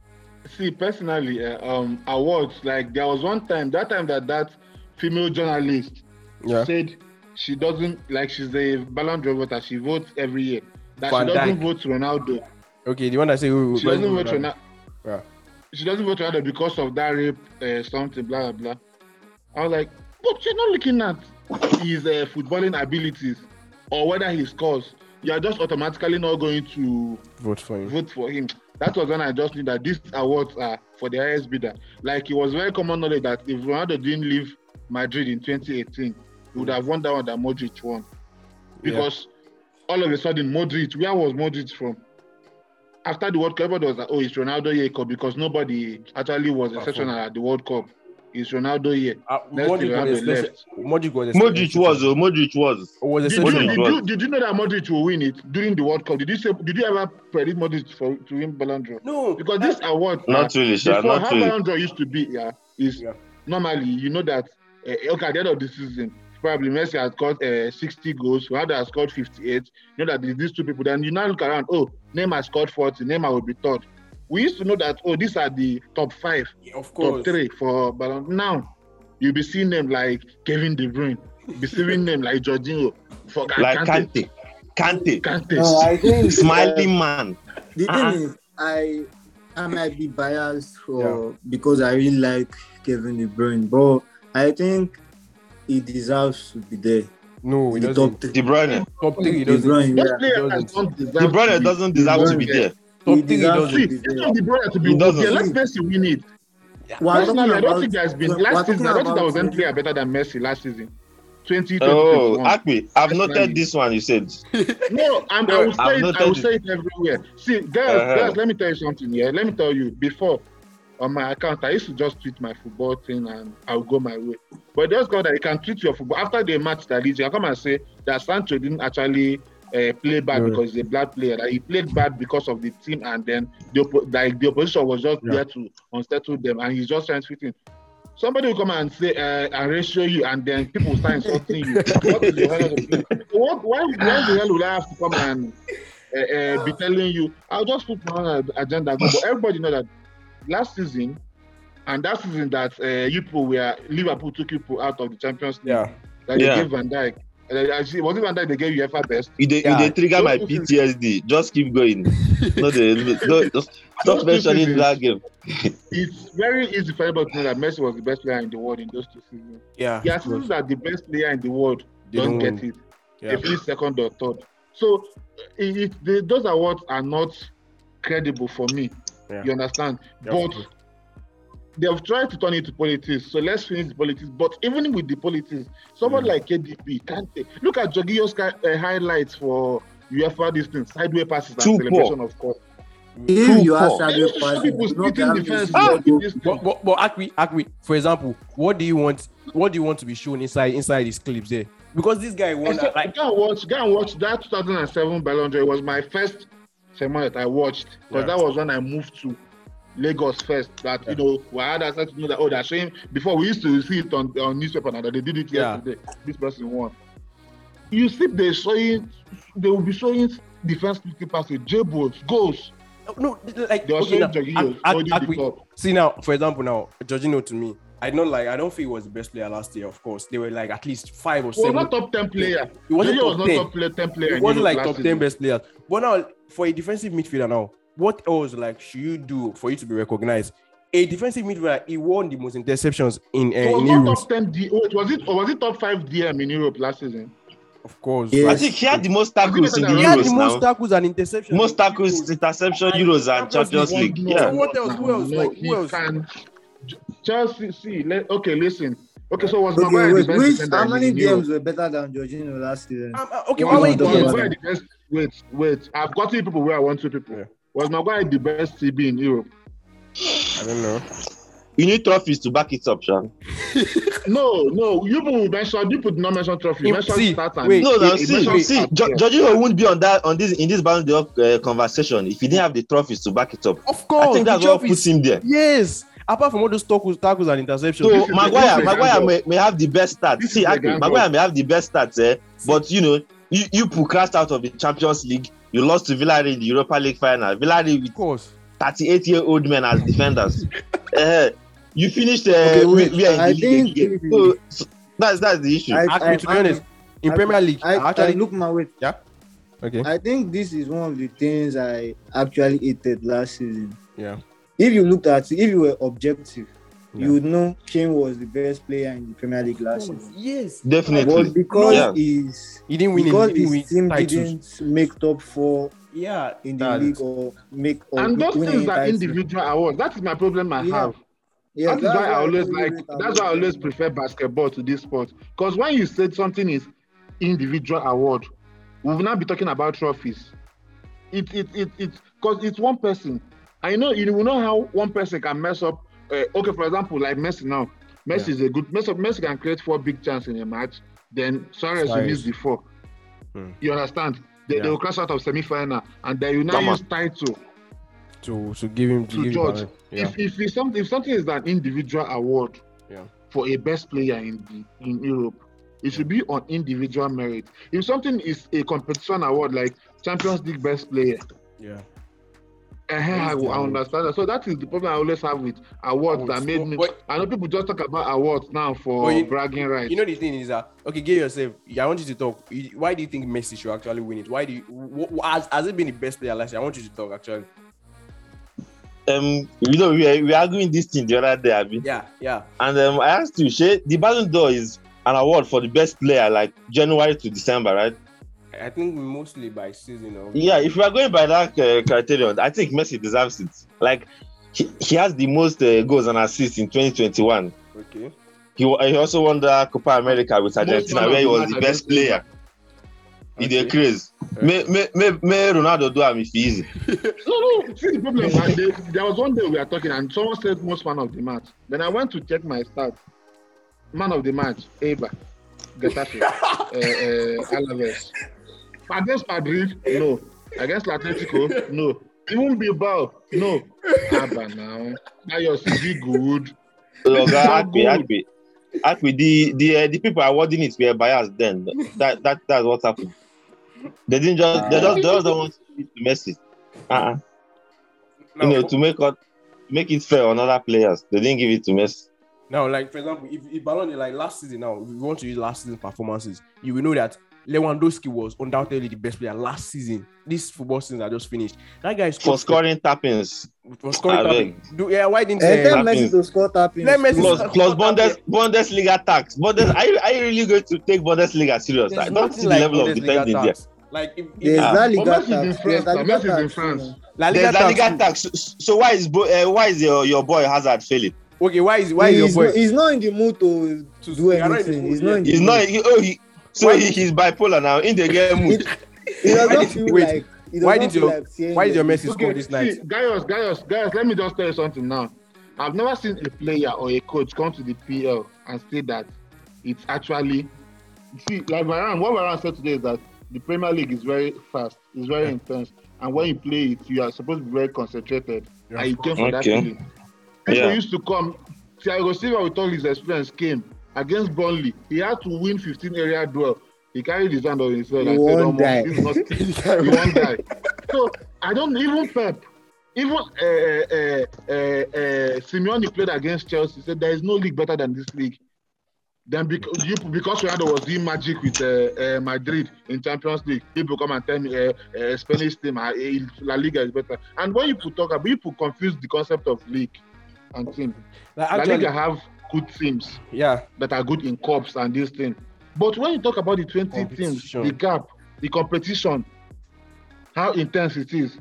B: see, personally, uh, um, awards like there was one time that time that that female journalist
A: yeah.
B: said she doesn't like she's a Ballon d'Or voter. She votes every year. That
A: Van
B: she doesn't
A: Dijk.
B: vote Ronaldo.
A: Okay, the one that say who-
B: She doesn't
A: who-
B: vote Ronaldo.
A: Yeah.
B: She doesn't vote Ronaldo because of that rape, uh, something, blah blah blah. I was like, but you're not looking at his uh, footballing abilities or whether he scores. You are just automatically not going to
A: vote for him.
B: vote for him. That was when I just knew that these awards are for the highest bidder. Like it was very common knowledge that if Ronaldo didn't leave Madrid in 2018, he would have won that one that Modric won. Because all of a sudden, Modric, where was Modric from? After the World Cup, everybody was like, oh, it's Ronaldo year cup because nobody actually was
A: Perform.
B: exceptional at the World Cup. It's Ronaldo year.
A: Uh,
B: Next
A: Modric,
B: year,
A: was
B: Ronaldo
A: especially-
B: left.
A: Modric was
D: Modric
A: especially-
D: was, oh, Modric was.
A: was
B: Did you,
A: especially-
D: Modric
B: did,
D: was.
B: you, did you know that Modric will win it during the World Cup? Did you say, did you ever predict Modric for, to win Ballon d'Or?
A: no
B: Because this award
D: Not really, sure.
B: uh, Before,
D: Not
B: how
D: really.
B: Ballon d'Or used to be, yeah, is
A: Yeah.
B: normally you know that uh, okay, at the end of the season, probably Messi has got uh, 60 goals, Ronaldo has scored 58. You know that there's these two people. Then you now look around, oh, Neymar scored 40, Neymar will be third. We used to know that, oh, these are the top five,
F: Yeah, of
B: top
F: course.
B: three for Ballon. Now, you'll be seeing them like Kevin De Bruyne, you'll be seeing them like Jorginho, for
D: like
B: Kante,
D: Kante, Kante,
B: Kante.
C: Uh,
G: No, I think
D: smiling man.
G: uh, the
A: Ah.
D: Uh-uh.
G: thing is, I I might be biased for because I really like Kevin De Bruyne, but I think he deserves to be there.
A: No, Oh, he
G: The
A: doesn't.
G: top three.
D: De Bruyne,
A: Top three, he
G: De
A: doesn't.
G: Bruyne,
B: Those
G: yeah.
B: players
A: doesn't.
B: don't deserve
D: De Bruyne
B: to be-
D: doesn't deserve to be
B: Bruyne.
D: there.
A: Top
G: He
A: three, he
G: deserves
A: doesn't.
B: See,
G: to
B: it's
G: be there.
B: not the brother to be.
D: He doesn't.
B: Okay, let Messi win it.
G: We are
B: Personally, I
G: talking
B: don't
G: about-
B: think there's been
G: we are
B: last
G: talking
B: season. I don't think
G: about-
B: there was any player better than Messi last season. 20,
D: Oh,
B: 2021.
D: Akpi, I've
B: Personally.
D: noted this one you said.
B: no, I'm, I will say
D: I've
B: it.
D: not
B: I will
D: told
B: say it everywhere. See, guys,
D: Uh-huh.
B: guys, let me tell you something. Yeah, let me tell you. Before on my account, I used to just tweet my football thing and I'll go my way. But just God that you can tweet your football after the match that is, you come and say that Sancho didn't actually. Uh, play bad
A: No.
B: because he's a black player. That he played bad because of the team, and then the oppo- like the opposition was just
A: Yeah.
B: there to unsettle them, and he's just trying to fit in. Somebody will come and say uh, and ratio you, and then people will start
A: [laughs]
B: insulting you. what is the hell of what, why, why the hell will I have to come and uh, uh, be telling you? I'll just put my own agenda. But everybody know that last season, and that season that uh, you people were Liverpool took you people out of the Champions League.
A: Yeah.
B: That they
D: Yeah.
B: gave Van Dijk. Uh, actually, was it Van Dijk they gave UEFA best?
D: You they,
A: Yeah.
D: you they trigger my PTSD. Just keep going. No, they, no, just stop mentioning that game.
B: It's very easy for everybody to know that Messi was the best player in the world in those two seasons.
A: Yeah.
B: He has seasons that the best player in the world
A: They
B: don't
A: don't-
B: get it.
A: yeah.
B: They finish second or third. So it, it, the, those awards are not credible for me.
A: Yeah.
B: You understand?
A: Yeah, of
B: but they have tried to turn it to politics. So let's finish the politics. But even with the politics,
A: Mm.
B: someone like KDP can't take. Look at Jorginho's ki- uh, highlights for UEFA this thing, sideway passes and
D: Too
B: celebration, of course.
G: If you ask
B: They used to show people splitting defense.
G: Ah,
B: in this thing.
A: But but, but Akwi, Akwi, for example, what do you want? What do you want to be shown inside inside these clips there? Because this guy won
B: Except-
A: like
B: go and watch, go and watch that 2007 Ballon d'Or. It was my first sermon that I watched because
A: Yeah.
B: that was when I moved to Lagos first. That you know, we had access to know that oh, they're showing before we used to see it on, on newspaper now that they did it
A: Yeah.
B: yesterday. This person won. You see, they're showing, they will be showing defense splitting passes, J-balls, goals.
A: no like
B: They were
A: okay,
B: showing
A: now,
B: Jorginho
A: Ak-
B: holding
A: Ak-
B: the
A: Akwi,
B: cup.
A: see now, for example, now Jorginho to me, I don't like. I don't feel he was the best player last year. Of course, they were like at least five or
B: Well,
A: seven.
B: not top 10 player.
A: It wasn't
B: Jorginho was
A: top
B: not
A: 10.
B: top player, 10 player.
A: it
B: in
A: wasn't
B: Europe
A: like
B: last
A: top
B: season.
A: ten best players. But now for a defensive midfielder now, what else like should you do for you to be recognized? A defensive midfielder, he won the most interceptions in uh,
B: It was
A: in
B: not
A: Euros,
B: top 10 D- oh, it was it or was it top 5 DM in Europe last season?
A: of course.
G: Yeah.
D: I think he had the most tackles in the
B: He
A: He had
D: Euros
A: the most
D: now.
A: tackles and interceptions.
D: Most tackles, interception, Euros, and Champions League. Yeah.
A: So what else? Who else?
B: No,
A: Like, who
B: he
A: else?
B: Can, Ch- Chelsea, see, let, okay, listen. Okay, so was
G: Okay,
B: Maguire the
G: wait,
B: best
G: which,
B: defender
G: how
B: in Ah!
G: many
B: Europe?
G: games were better than Jorginho last season?
A: Um, uh, okay,
G: Who
A: how
G: else?
A: many
B: Was
G: games?
B: Maguire the best? Wait, wait. I've got two people where I want two people.
A: Yeah.
B: Was Maguire the best CB in Europe?
A: I don't know.
D: You need trophies to back it up, Sean.
B: No, no. You people will mention. You people did not mention trophy. You
A: Im-
B: mentioned
A: see,
B: stats and
A: wait.
D: No, now
A: It- it
D: see,
B: mentions
D: see,
B: up
D: Jo-
B: there.
D: Jorginho won't be on that on this in this Ballon d'Or uh, conversation if he didn't have the trophies to back it up.
A: Of
D: I
G: Oh,
A: course,
D: think that's
A: the
D: what
A: trophies.
D: puts him there.
A: Yes, apart from all those tackles, tackles and interceptions.
D: So
B: This is- this
D: Maguire,
B: is
D: Maguire
B: Gango.
D: may, may have the best stats.
B: This
D: See,
B: is
D: Akpi,
B: Gango.
D: Maguire may have the best stats, eh? But you know, you you progressed out of the Champions League. You lost to Villarreal in the Europa League final. Villarreal with
A: of course.
D: 38 year old men as
G: [laughs]
D: defenders. Eh, you finished uh,
G: Okay, wait,
D: we, we are in the
G: I
D: league
G: think-
D: again. So, so that's that's the issue.
G: I-
A: Actually,
G: I-
A: to be honest, in
G: I-
A: Premier League,
G: I,
A: I, actually
G: I look my way.
A: okay.
G: I think this is one of the things I actually hated last season.
A: Yeah.
G: If you looked at it, if you were objective,
A: Yeah.
G: you would know Kane was the best player in the Premier League last season.
A: yes,
D: Definitely.
G: But because
D: Yeah.
G: he's
A: he didn't win.
G: because
A: it, he didn't win
G: his team
A: titles.
G: didn't make top four
A: Yeah,
G: in the
A: that-
G: league or make or
B: And those
G: win
B: things
G: any
B: are
G: title.
B: individual awards. That is my problem I
G: Yeah.
B: have.
G: Yeah,
B: that is why I
G: what
B: always
G: told you
B: like.
G: that
B: That's why I
G: was-
B: always prefer basketball to this sport. Because when you said something is individual award, we will not be talking about trophies. It it it it because it's one person. I know you will know how one person can mess up. Uh, okay, for example, like Messi now. Messi is a good Messi. Messi can create four big chances in a match. Then Suarez will
A: Suarez.
B: miss the four.
A: Hmm.
B: You understand? They, they
A: Yeah.
B: will crash out of semi-final, and they will now
D: Come on.
B: use title
A: to to give him to,
B: to
A: give
B: judge.
A: Him, yeah,
B: If if it's something if something is an individual award,
A: Yeah.
B: for a best player in the, in Europe. It should be on individual merit. If something is a competition award like Champions League best player,
A: Yeah.
B: eh, I, will- I understand that. So that is the problem I always have with awards
A: Awards.
B: that made me.
A: But-
B: I know people just talk about awards now for
A: Oh, But you-
B: bragging rights.
A: You know the thing is that okay, get yourself. I want you to talk. You- Why do you think Messi should actually win it? Why do you? wh- wh- has, has it been the best player last year? I want you to talk actually.
D: Um, you know, we were, we were arguing this thing the other day, Abi.
A: Yeah, yeah.
D: And um, I asked you, Shay, the Ballon d'Or is an award for the best player, like January to December, right?
A: I I think mostly by season. um, Or
D: Yeah, if we are going by that uh, criterion, I think Messi deserves it. Like, he, he has the most uh, goals and assists in 2021.
A: Okay.
D: He, wa- he also won the Copa America with Argentina,
B: goals
D: where he was
B: and
D: the best player. He did
A: Okay.
D: craze. May, may, may, may Ronaldo do him if he easy.
B: No, no. See, the problem was they, there was one day we were talking and someone said most man of the match. Then I went to check my stats. Man of the match, Eba, Getafe, uh, uh, Alaves. Against Madrid, no. Against Atletico, no. Even Bilbao, no. Abba now. Now you be good.
D: Look,
B: So
D: Akpi,
B: good.
D: Akpi, Akpi, the the, uh, the people awarding it were biased then. That that that's what happened. They didn't just they just they just don't want to give it to Messi. Uh-uh.
A: Now,
D: you know, to make up, make it fair on other players. They didn't give it to Messi.
A: now, like for example, if, if Ballon d'Or, like last season, now if you want to use last season performances, you will know that Lewandowski was undoubtedly the best player last season. This football season that just finished, that guy
D: For
A: scored
D: scoring Ah, tappings.
A: for scoring.
D: Abeg.
A: that- Do, yeah, why didn't
B: Eh,
C: And
A: uh,
C: Eh, tell Messi to score tapping.
A: Let Messi-
D: Plus
A: not-
D: plus
A: not that
D: Bundes Bundesliga tax. Bundes are you, are you really going to take Bundesliga serious?
A: there's
D: I don't
A: nothing
D: see the
A: like
D: level of
A: Bundesliga
D: defending there.
A: tax. Like if, if
C: There's
D: Ah.
C: La
B: But
C: Liga
B: Messi is in
C: tax,
B: France
C: there's La
B: now.
C: Liga
B: Messi is in
C: tax,
B: France.
C: you know.
A: La Liga
D: There's La
A: tax
D: Liga tax. So, so why is bo- uh, why is your, your boy Hazard failing?
A: Okay, why is why is your
C: he's,
A: boy?
C: not, he's not in the mood to
A: To-
C: do
A: we are not in the
C: anything.
A: mood
C: He's not in the
D: He's
C: mood.
D: not. He, oh, he,
A: Mm-hmm.
D: so
A: Why-
D: he, he's bipolar now. In the game mood.
C: He does
A: Why
C: not
A: did-
C: feel
A: wait,
C: like. He does
A: why
C: not
A: did
C: feel
A: your-
C: like saying
A: Why is your
C: that.
A: Messi score this [laughs] night?
B: see, Gaius, Gaius, Gaius, let me just tell you something now. I've never seen a player or a coach come to the PL and say that it's actually. See, like Varane, what Varane said today is that the Premier League is very fast, it's very intense, and when you play it, you are supposed to be very concentrated. and you came for that
D: Okay.
B: feeling. People
D: Yeah.
B: used to come. Thiago Silva, with all his experience, came against Burnley. He had to win 15 area duel. He carried his hand on his head
C: You
B: and said,
C: won't
B: "No more,
C: die." [laughs]
B: this is not you won't die. So I don't even Pep, even uh, uh, uh, uh, Simeone played against Chelsea. Said there is no league better than this league. Then because you because Ronaldo was doing magic with uh, uh, Madrid in Champions League, people come and tell me uh, uh, Spanish team uh, eh, La Liga is better. And when you put talk about people confuse the concept of league and team.
A: Like,
B: La
A: actually,
B: Liga have good teams
A: yeah.
B: that are good in cups and this thing. But when you talk about the 20 teams,
A: Competition.
B: the gap, the competition, how intense it is.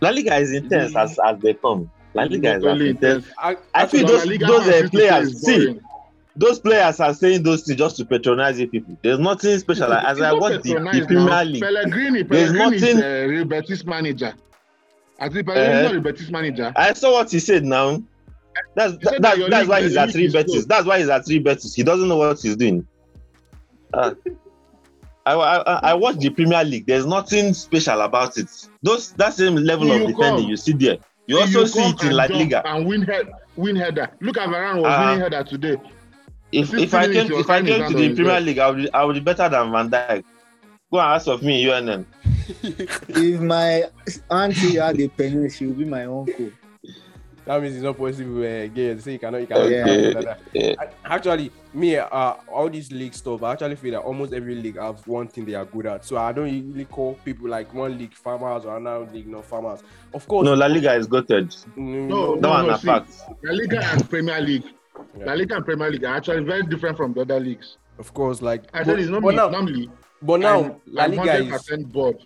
D: La Liga is intense
B: Mm.
D: as, as they come. La Liga is as
B: Totally
D: intense.
A: I,
D: I feel
B: La
D: those
B: Liga
D: those
B: has
D: uh,
B: this
D: players
B: thing is
D: see
B: boring.
D: those players are saying those things just to patronize you people. There's nothing special. Like, as
B: It's
D: I
B: not
D: watch the, the
B: patronized now.
D: Premier League,
B: Pellegrini,
D: There's
B: Pellegrini is
D: nothing-
B: uh, Real Betis manager. I think Pellegrini
D: Eh.
B: is not Real Betis manager.
D: I saw what he said now. That's
B: said
D: that,
B: that
D: that,
B: your
D: that's
B: league-
D: why he's
B: your
D: at
B: league
D: three
B: is
D: betters.
B: slow.
D: That's why he's at three betters. He doesn't know what he's doing. Ah. I, I I- I watch the Premier League. There's nothing special about it. Those that same level
B: You
D: of defending
B: come.
D: you see there. You
B: If
D: also see
B: come
D: it in
B: and
D: La
B: jump
D: Liga.
B: And win, head, win header. Look at Varane was
D: Ah.
B: winning header today.
D: if
B: Fifty
D: if I
B: minutes,
D: came
B: your
D: if I
B: time is
D: came
B: out
D: to
B: of
D: the
B: his
D: Premier
B: head.
D: League, I would be- I would be better than Van Dijk. Go and ask of me, in UNM.
C: If my auntie had a penny, she would be my uncle.
A: that means it's not possible. Uh, gay, say you cannot, you cannot.
C: Yeah.
A: blah, blah, blah.
D: Yeah.
A: I- Actually, me, uh, all these league stuff. I actually feel that almost every league have one thing they are good at. So I don't really call people like one league farmers or another league not farmers. Of course,
D: No, La Liga is gutted.
A: mm,
B: No,
D: That one
B: no,
D: na
B: see.
D: fact.
B: La Liga
D: [laughs]
B: and Premier League.
A: Yeah.
B: La Liga and Premier League are actually very different from the other leagues.
A: of course, like.
B: I
A: but,
B: said it's not
A: but
B: me,
A: now,
B: normally.
A: but now, La
B: I'm, I'm
A: Liga is
B: 100% bored.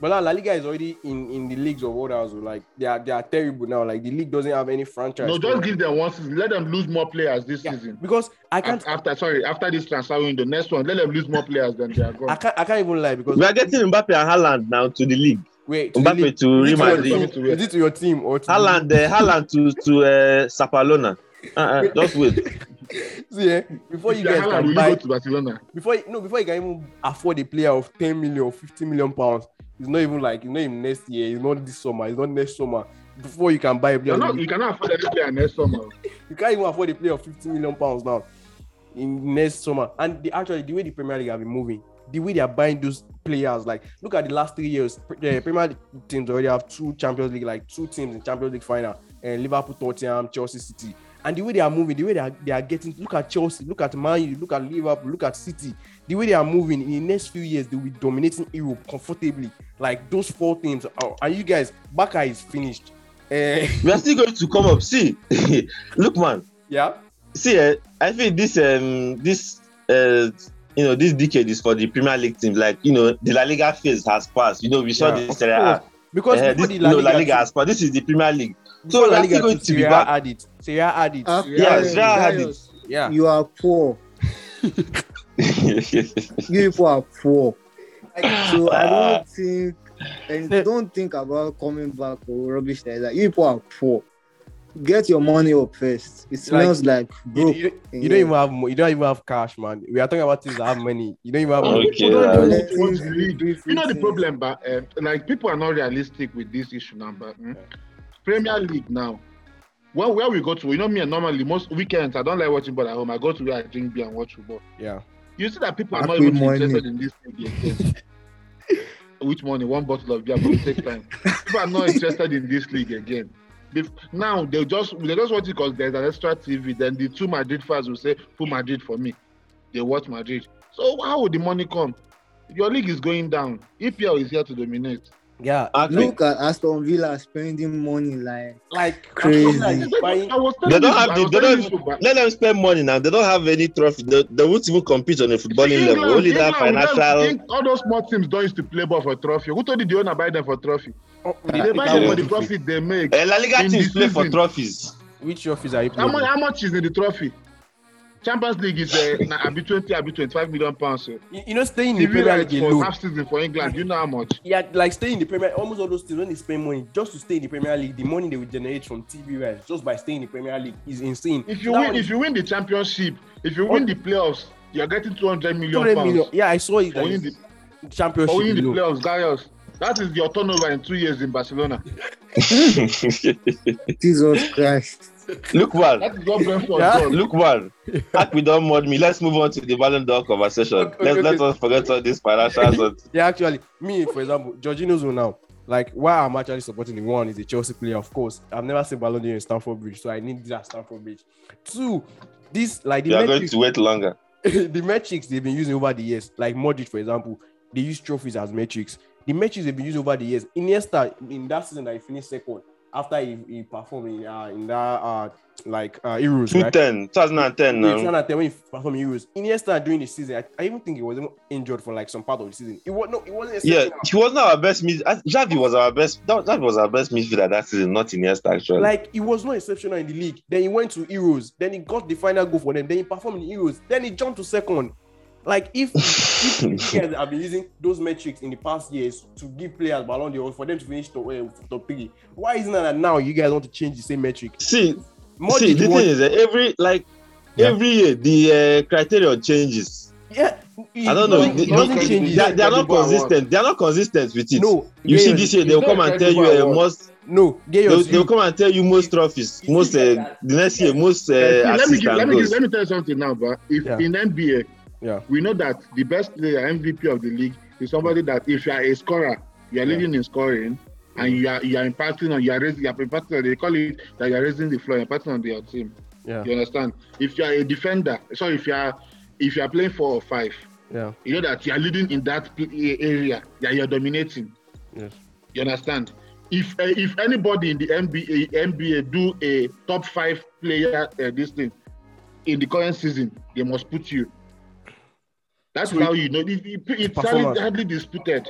A: But now La Liga is already in, in the leagues of others. Like they are they are terrible now. Like the league doesn't have any franchise.
B: No, just give them one season. Let them lose more players this season.
A: because I
B: Af-
A: can't
B: After sorry, after this transfer window, next one, let them lose more players than they are
A: I [laughs]
B: gone.
A: can't I can't even lie because
D: We are getting Mbappe and Haaland now to the league.
A: wait to the league-
D: Mbappe to
A: is
D: Real
A: it to your
D: Madrid.
A: team- is it to your team or to
D: Haaland, uh, Haaland to to uh, Sapalona. Uh-uh, just wait.
A: See, eh, before you
B: If you're
A: guys
B: Haaland, will
A: can
B: you go
A: buy
B: to Barcelona?
A: before you- no before you can even afford a player of 10 million 15 million pounds it's not even like it's not even next year it's not this summer it's not next summer before you can buy a player.
B: You're
A: of the
B: not,
A: league.
B: you cannot afford any player next summer.
A: you can't even afford a player of 50 million pounds now in next summer. And the, actually, the way the Premier League have been moving, the way they are buying those players, like look at the last three years, Pre- the Premier League teams already have two Champions League, like two teams in Champions League final, and Liverpool, Tottenham, Chelsea, City. And the way they are moving, the way they are, they are getting, look at Chelsea, look at Man U, look at Liverpool, look at City. The way they are moving in the next few years, they will be dominating Europe comfortably. Like those four teams. Are, and you guys, Baka is finished. Eh, [laughs]
D: We are still going to come up. See, [laughs] look, man.
A: yeah.
D: See, eh, I think this um this uh you know this decade is for the Premier League team. Like you know the La Liga phase has passed. You know we saw
A: Yeah,
D: this
A: of
D: Serie A.
A: Because
D: Eh,
A: before
D: this,
A: the
D: no, La Liga
A: team-
D: has passed. This is the Premier League. So
A: So
D: we
A: La
D: are
A: Liga
D: still going
A: to
D: to be
A: Serie A
D: back.
A: add it. Serie A add it.
G: After
B: Yes,
G: you,
D: Zara had it.
G: Darius,
A: yeah.
G: you are poor.
D: [laughs]
G: You people are poor. Like, so I don't think and don't think about coming back or rubbish like that. You people are poor. Get your money up first. It
A: Like,
G: smells like,
A: You,
G: broke.
A: you, you don't even have mo- you don't even have cash, man. We are talking about things that have money. You don't even have money.
D: okay,
C: uh,
B: Don't
D: right.
B: do
G: Let
B: it once
G: things
B: you
G: be
B: leave.
G: brief,
B: you know the
G: things.
B: problem, but uh, like people are not realistic with this issue now. But mm, Premier League now, well, where we go to, you know me. Normally, most weekends I don't like watching ball at home. I go to where I drink beer and watch football.
A: Yeah.
B: You see that people are
G: Back
B: not
G: with
B: even
G: money.
B: interested in this league again. [laughs] Which money? One bottle of beer, but it takes time. People are not interested in this league again. If, now they just they just watch it because there's an extra TV. Then the two Madrid fans will say, "Put Madrid for me." They watch Madrid. So how would the money come? Your league is going down. EPL is here to dominate.
A: Yeah.
D: Actually,
G: Look at Aston Villa spending money like
A: Like
G: Crazy.
A: like,
B: I
A: buying-
B: was
D: They
B: telling
D: don't
B: you-
D: have
B: I
D: the-
B: was
D: they
B: telling
D: don't-
B: you so, but-
D: let them spend money now. They don't have any trophy. They, they won't even compete on a footballing
B: See,
D: level. Only that
B: England, England,
D: financial.
B: Eng- all those small teams don't used to play ball for trophy. Who told you the owner buy them for trophy?
A: oh,
B: they
A: like,
B: buy
D: yeah.
B: them for the profit they make.
D: Eh, La Liga
B: In the
D: teams play for
B: season.
D: trophies.
A: Which trophies are you
B: How
A: playing?
B: much, how much is in the trophy? Champions League is uh, na, abi 20, abi 25 million pounds. eh. So.
A: You, you know, staying in the
B: TV
A: Premier League
B: rights for
A: alone.
B: half season for England, you know how much?
A: Yeah, like staying in the Premier. Almost all those teams when they spend money just to stay in the Premier League, the money they will generate from TV rights just by staying in the Premier League is insane.
B: If you
A: That
B: win,
A: one
B: if
A: is
B: you win the championship, if you win the playoffs, you're getting 200 million
A: 200
B: pounds.
A: million. Yeah, I saw it.
B: For
A: Like,
B: winning the,
A: championship.
B: for winning the
A: alone.
B: playoffs, Darius. That is your turnover in two years in Barcelona.
G: Jesus Christ.
D: Look, man.
B: That is what Brentford
A: Yeah.
B: does.
D: Look, man, heck, we don't mod me. Let's move on to the Ballon d'Or conversation.
A: Okay,
D: Let's
A: okay,
D: let
A: okay.
D: us forget all this financial. stuff.
A: Yeah, actually, me for example, Jorginho Zone now. Like, why I'm actually supporting the one is a Chelsea player, of course. I've never seen Ballon d'Or in Stamford Bridge, so I need that Stamford Bridge. Two, this like the
D: we are going
A: metrics,
D: to wait longer.
A: [laughs] the metrics they've been using over the years, like Modric, for example, they use trophies as metrics. The metrics they've been using over the years, Iniesta in that season that he finished second after he, he performed in, uh, in that uh, like uh, Euros, right?
D: 2010, 2010
A: No.
D: now.
A: Trying to tell when he performed Euros. Iniesta during the season, I, I even think he was even injured for like some part of the season. It was no, it wasn't.
D: Yeah,
A: exceptional.
D: he was not our best mid. uh, Xavi was our best. that- Xavi was our best midfielder that season, not Iniesta actually.
A: Like he was not exceptional in the league. Then he went to Euros. Then he got the final goal for them. Then he performed in Euros. Then he jumped to second. Like
D: [laughs]
A: if, if you guys have been using those metrics in the past years to give players Ballon d'Or for them to finish top, uh, top three, why isn't it that now you guys want to change the same metric?
D: see,
A: Modric
D: see, the
A: won-
D: thing is, that every like
A: Yeah.
D: every year the uh, criterion changes.
A: yeah, he-
D: I don't
A: he
D: know.
A: doesn't-
D: They,
A: he doesn't change
B: they-
D: they,
A: his-
B: that-
D: they are not
B: Incredible award.
D: consistent. They are not consistent with it.
A: No,
D: You see,
A: Gayos-
D: this year they'll
B: It's
D: come
B: not
D: and tell you
B: Incredible
D: uh,
B: award.
D: most
A: No,
D: they'll,
A: Gayos,
D: they'll come and tell you most trophies,
A: you
D: most
A: see
D: uh,
A: that-
D: the next year most uh,
B: Yeah, see, let, me
D: assists
B: give, let,
D: and
B: me give,
D: goals.
B: let me tell you something now, but if
A: Yeah.
B: in NBA,
A: Yeah.
B: we know that the best player, MVP of the league, is somebody that if you are a scorer, you are leading in scoring, and you are you are impacting on you are raising you are impacting. They call it that you are raising the floor, impacting on your team.
A: Yeah.
B: You understand? If you are a defender, sorry, if you are if you are playing four or five,
A: Yeah.
B: you know that you are leading in that pl- a- area. Yeah, you are dominating.
A: Yes.
B: You understand? If uh, if anybody in the NBA NBA do a top five player uh, this thing in the current season, they must put you. That's
A: So it-
B: how you know. It, it, it's
A: Performance.
B: hardly, hardly disputed.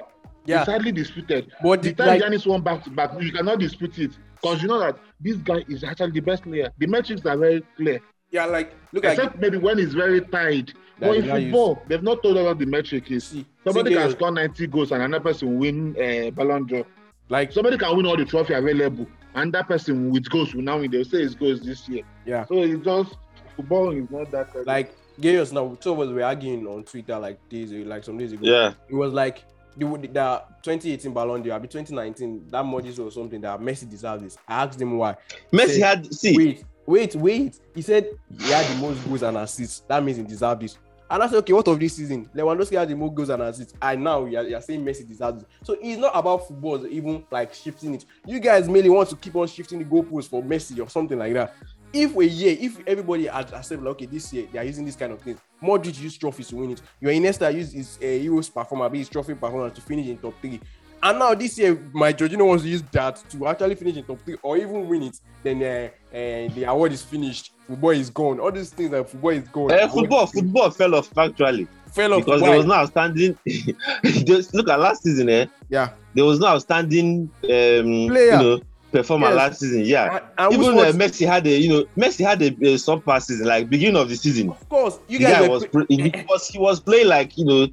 B: It's
A: yeah,
B: hardly disputed.
A: but
B: The
A: the,
B: time
A: like,
B: Giannis won back to back, you cannot dispute it because you know that this guy is actually the best player. The metrics are very clear,
A: yeah, like look at
B: except maybe when it's very tied.
A: Yeah,
B: But
A: you
B: in
A: now use-
B: football, they've not told us what the metric is.
A: see,
B: Somebody
A: see
B: can
A: Gayos,
B: score 90 goals and another person win uh, Ballon d'Or.
A: like
B: Somebody can win all the trophy available and that person with goals will now win. They'll say it's goals this year.
A: Yeah.
B: So it's just football is not that.
A: like Gayos now two of us were arguing on Twitter like days like some days ago.
D: Yeah,
A: It was like the, the, the 2018 Ballon d'Or, be 2019, that Modric or something that Messi deserves this. I asked him why.
D: Messi
A: Say-
D: had see
A: Wait, wait, wait. He said he had the most goals and assists. That means he deserved this. And I said, okay, what of this season? Lewandowski had the most goals and assists. And now you're, you're saying Messi deserves it. So it's not about football, even like shifting it. You guys mainly want to keep on shifting the goalposts for Messi or something like that. If a year, if everybody had accepted, like, okay, this year they are using this kind of thing. Modric used trophies to win it. Your Iniesta used his uh, Euros performance, be his trophy performance to finish in top three. And now this year, my Jorginho wants to use that to actually finish in top three or even win it. Then uh, uh, the award is finished, football is gone. All these things like football is gone.
D: uh,
A: Award
D: football
A: is finished.
D: football fell off actually
A: fell off.
D: because
A: Why?
D: there was no outstanding. [laughs] just look at last season, eh?
A: yeah.
D: There was no outstanding um, you
A: Player.
D: know performer
A: Yes.
D: last season. Yeah,
A: And, and which
D: even uh,
A: was-
D: Messi had a you know Messi had a, a sub pass season like beginning of the season.
A: of course, you
D: the guy
A: guys were
D: was pre- he was he was playing like
A: [laughs]
D: you know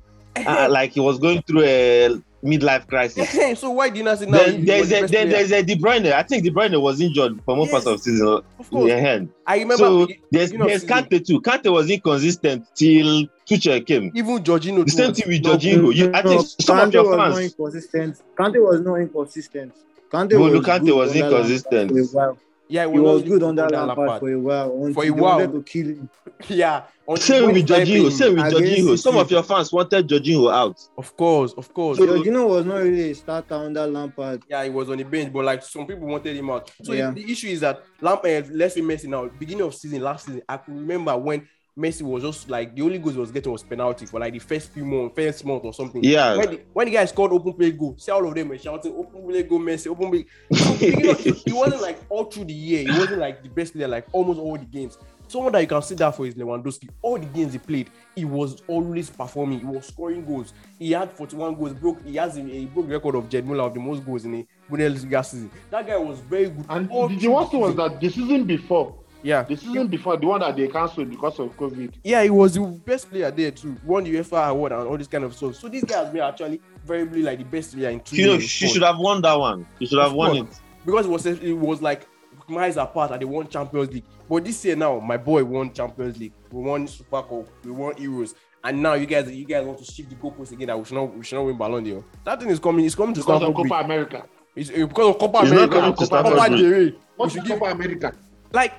D: uh, like he was going through a midlife crisis.
A: pre- so why did you not say [laughs] now?
D: then
A: he
D: there's
A: was the
D: a,
A: best
D: then
A: player?
D: there's a De Bruyne. I think De Bruyne was injured for most
A: Yes.
D: part of season.
A: of course.
D: Yeah, hand.
A: I remember
D: So
A: begin-
D: there's
A: beginning of
D: there's
A: season,
D: Kante too. Kante was inconsistent till Tuchel came.
A: even Jorginho.
D: The same
A: was-
D: thing with Jorginho. You, I think some
C: Kante
D: of your
C: was not
D: fans.
C: inconsistent. Kante was not inconsistent. Kante
D: Bolu
C: was,
D: Kante
C: good
D: was
C: under Lampard
D: inconsistent.
C: for a while.
A: Yeah,
C: He was good
A: on
C: under
A: that
C: Lampard for a while. Until
A: For a
C: they
A: while.
C: wanted to kill him.
A: [laughs] Yeah, on
D: Same
A: when
D: with
A: he started
D: Jorginho.
A: playing.
D: Same with
C: against
D: Jorginho. Some
C: City.
D: of your fans wanted Jorginho out.
A: Of course, of course.
C: So Jorginho was not really a starter under Lampard.
A: yeah, he was on the bench, but like some people wanted him out. So
C: Yeah.
A: the issue is that Lamp, uh, let's say Messi now, beginning of season, last season, I could remember when Messi was just like the only goals he was getting was penalty for like the first few months, first month or something.
D: Yeah.
A: When the, when the guy scored open play goal, see all of them were shouting open play goal, Messi, open play. So, beginning of- he wasn't like all through the year. He wasn't like the best player like almost all the games. Someone that you can see that for is Lewandowski. All the games he played, he was always performing. He was scoring goals. He had 41 goals. Broke. He has a, he broke the record of Jed Muller of the most goals in a Bundesliga season. That guy was very good.
B: And
A: all
B: the, the
A: through
B: worst thing was
A: season.
B: that the season before,
A: yeah,
B: the season before, the one that they cancelled because of COVID.
A: yeah, he was the best player there too. Won the UEFA award and all this kind of stuff. So this guy has been actually very, very like the best player in two
D: You know,
A: years.
D: she should have won that one. She should have
A: Of
D: won
A: course.
D: it.
A: because it was it was like miles apart and they won Champions League. But this year now, my boy won Champions League. We won Super Cup. We won Euros. And now you guys, you guys want to shift the goalposts again that we should not, we should not win Ballon d'Or. That thing is coming. It's coming to
B: Because of
A: Stamford
B: Copa
A: Bridge.
B: America.
A: It's uh, because of Copa
D: It's not
A: America.
D: coming to
A: Copa,
D: Stamford
A: Copa
D: Bridge.
A: del Rey. We
B: What is
A: should give,
B: Copa America?
A: like,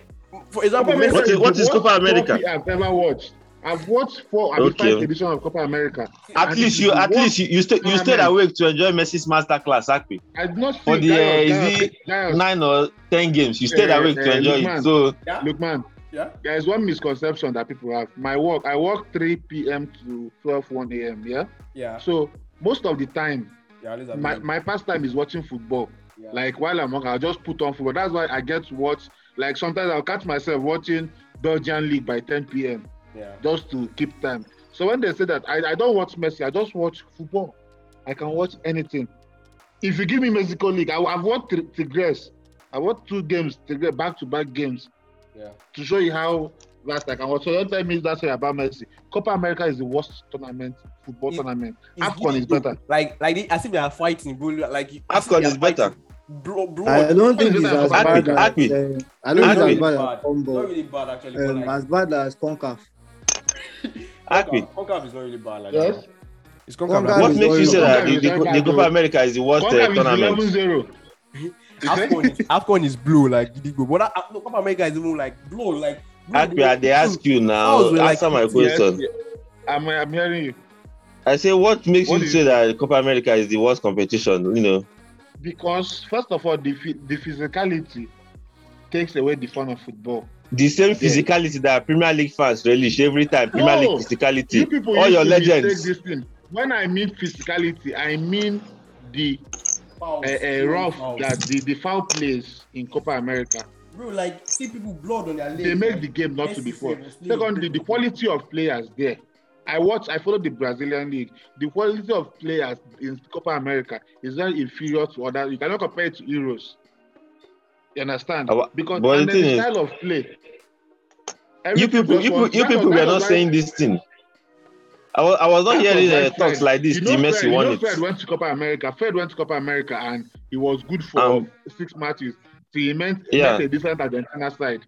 A: for example,
B: Copa
A: Messi,
D: What is- what is
B: the worst
D: Copa America?
B: trophy I've ever watched. I've watched four, I've
D: Okay.
B: five edition of Copa America.
D: At
B: And
D: least
B: it
D: you,
B: is
D: at
B: the
D: least you, you, stayed you stayed
B: Amen.
D: awake to enjoy Messi's masterclass, Akpi.
B: I did not see
D: For the,
B: Giles,
D: uh, is
B: Giles, Giles,
D: Nine or ten games, you stayed
B: Eh,
D: awake to
B: eh,
D: enjoy
B: Lukman.
D: it. So
B: Look, man,
A: Yeah.
B: there is one misconception that people have. My work, I work 3 p.m. to 12, 1 a.m. Yeah.
A: yeah,
B: So most of the time,
A: yeah, these are
B: my,
A: big-
B: my pastime is watching football.
A: yeah.
B: Like while I'm working, I'll just put on football. That's why I get to watch. Like sometimes I'll catch myself watching Belgian league by 10 p.m.
A: yeah,
B: just to keep time. So when they say that I, I don't watch Messi, I just watch football. I can watch anything. If you give me Mexico league, I, I've watched Tig- Tigres. I watched two games, Tigres back to back games
A: yeah.
B: to show you how vast I can watch. So don't tell me that's about Messi. Copa America is the worst tournament, football
A: It-
B: tournament.
A: It's
B: AFCON is
A: giving-
B: better.
A: Like, like they- as if they are fighting, bro. Like as if
D: AFCON
A: they are
D: is better.
A: fighting. Bro, bro,
C: I don't think it's as
D: Akpi,
C: bad as
D: Akpi.
C: uh, I don't
D: Akpi.
C: think it's as bad as
A: Not
C: Combo.
A: really bad actually. but
C: Um,
A: like,
C: as bad as Concaf.
D: Akpi,
A: Concacaf- Concacaf is not really bad like
B: Yes.
A: that. It's Concacaf.
C: Concacaf
A: What
D: what
C: is
D: makes you say that the,
B: Concacaf
D: the,
B: is very
D: the
B: bad,
D: Copa
B: though.
D: America is the worst uh,
B: Copa is
D: tournament?
B: 11 0.
A: Afcon is, Afcon is blue like Gidigbo, but that- no, Copa America is even like blue like. blue.
D: Akpi, I- they ask you now.
A: Ours were like
D: Answer my
A: this,
B: Yes,
D: question.
B: yeah. I'm, I'm hearing you.
D: I say, what makes
B: What
D: you
B: is-
D: say that Copa America is the worst competition? You know,
B: Because, first of all, the, phy- the physicality takes away the fun of football.
D: the same
B: Yeah.
D: physicality that Premier League fans relish every time. Premier
B: No.
D: League
B: You
D: physicality,
B: people
D: all
B: used
D: your
B: to
D: legends.
B: mistake This thing. When I mean physicality, I mean the
A: Fouls,
B: uh, uh, rough
A: fouls.
B: that the, the foul plays in Copa America.
A: bro, like see people blood on their legs.
B: They make
A: like,
B: the game not to be
A: Messi
B: fun.
A: was playing.
B: Secondly, the quality of players there. I watch, I follow the Brazilian league. The quality of players in Copa America is very inferior to other. You cannot compare it to Euros. You understand?
D: Our-
B: Because
D: but
B: and
D: the
B: then the
D: thing is-
B: style of play.
D: you
B: Everything
D: people,
B: just
D: you people,
B: was-
D: you
B: that was-
D: people
B: that
D: were not
B: was why-
D: saying this thing. I was, I was not
B: That
D: hearing
B: was why
D: uh, talks
B: Fred-
D: like this.
B: You
D: The
B: know
D: Messi
B: Fred,
D: won
B: you know
D: it.
B: Fred went to Copa America. Fred went to Copa America and he was good for
D: Um,
B: six matches. So he meant,
D: Yeah.
B: meant a different Argentina side.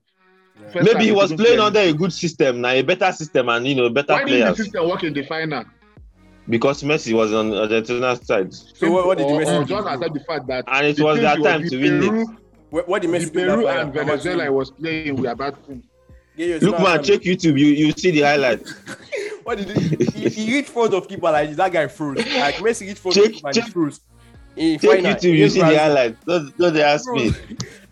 A: Yeah.
B: First time
D: Maybe he was
B: couldn't
D: playing
B: play.
D: under a good system, now a better system, and you know better
B: Why didn't the
D: players.
B: system work in the final?
D: because Messi was on Argentina's side,
A: So what, what did
B: or,
A: the
B: or
A: Messi
B: just
A: do?
B: accept the fact that
D: and it
B: the
D: was
B: team
D: their
B: he
D: time
B: with,
D: to win
B: Peru,
D: it.
A: What, what did
B: The
A: Messi do?
B: Peru and Venezuela he was playing with about team.
D: Look, man, check YouTube. You you see the highlight.
A: What did he, he, he hit front of keeper like that guy
D: [laughs]
A: froze. Like Messi hit front of
D: Check-
A: keeper and he
D: check-
A: froze. In
D: Check
A: final,
D: YouTube. You
A: against
D: see the
A: Brazil.
D: highlight. Don't don't they ask me.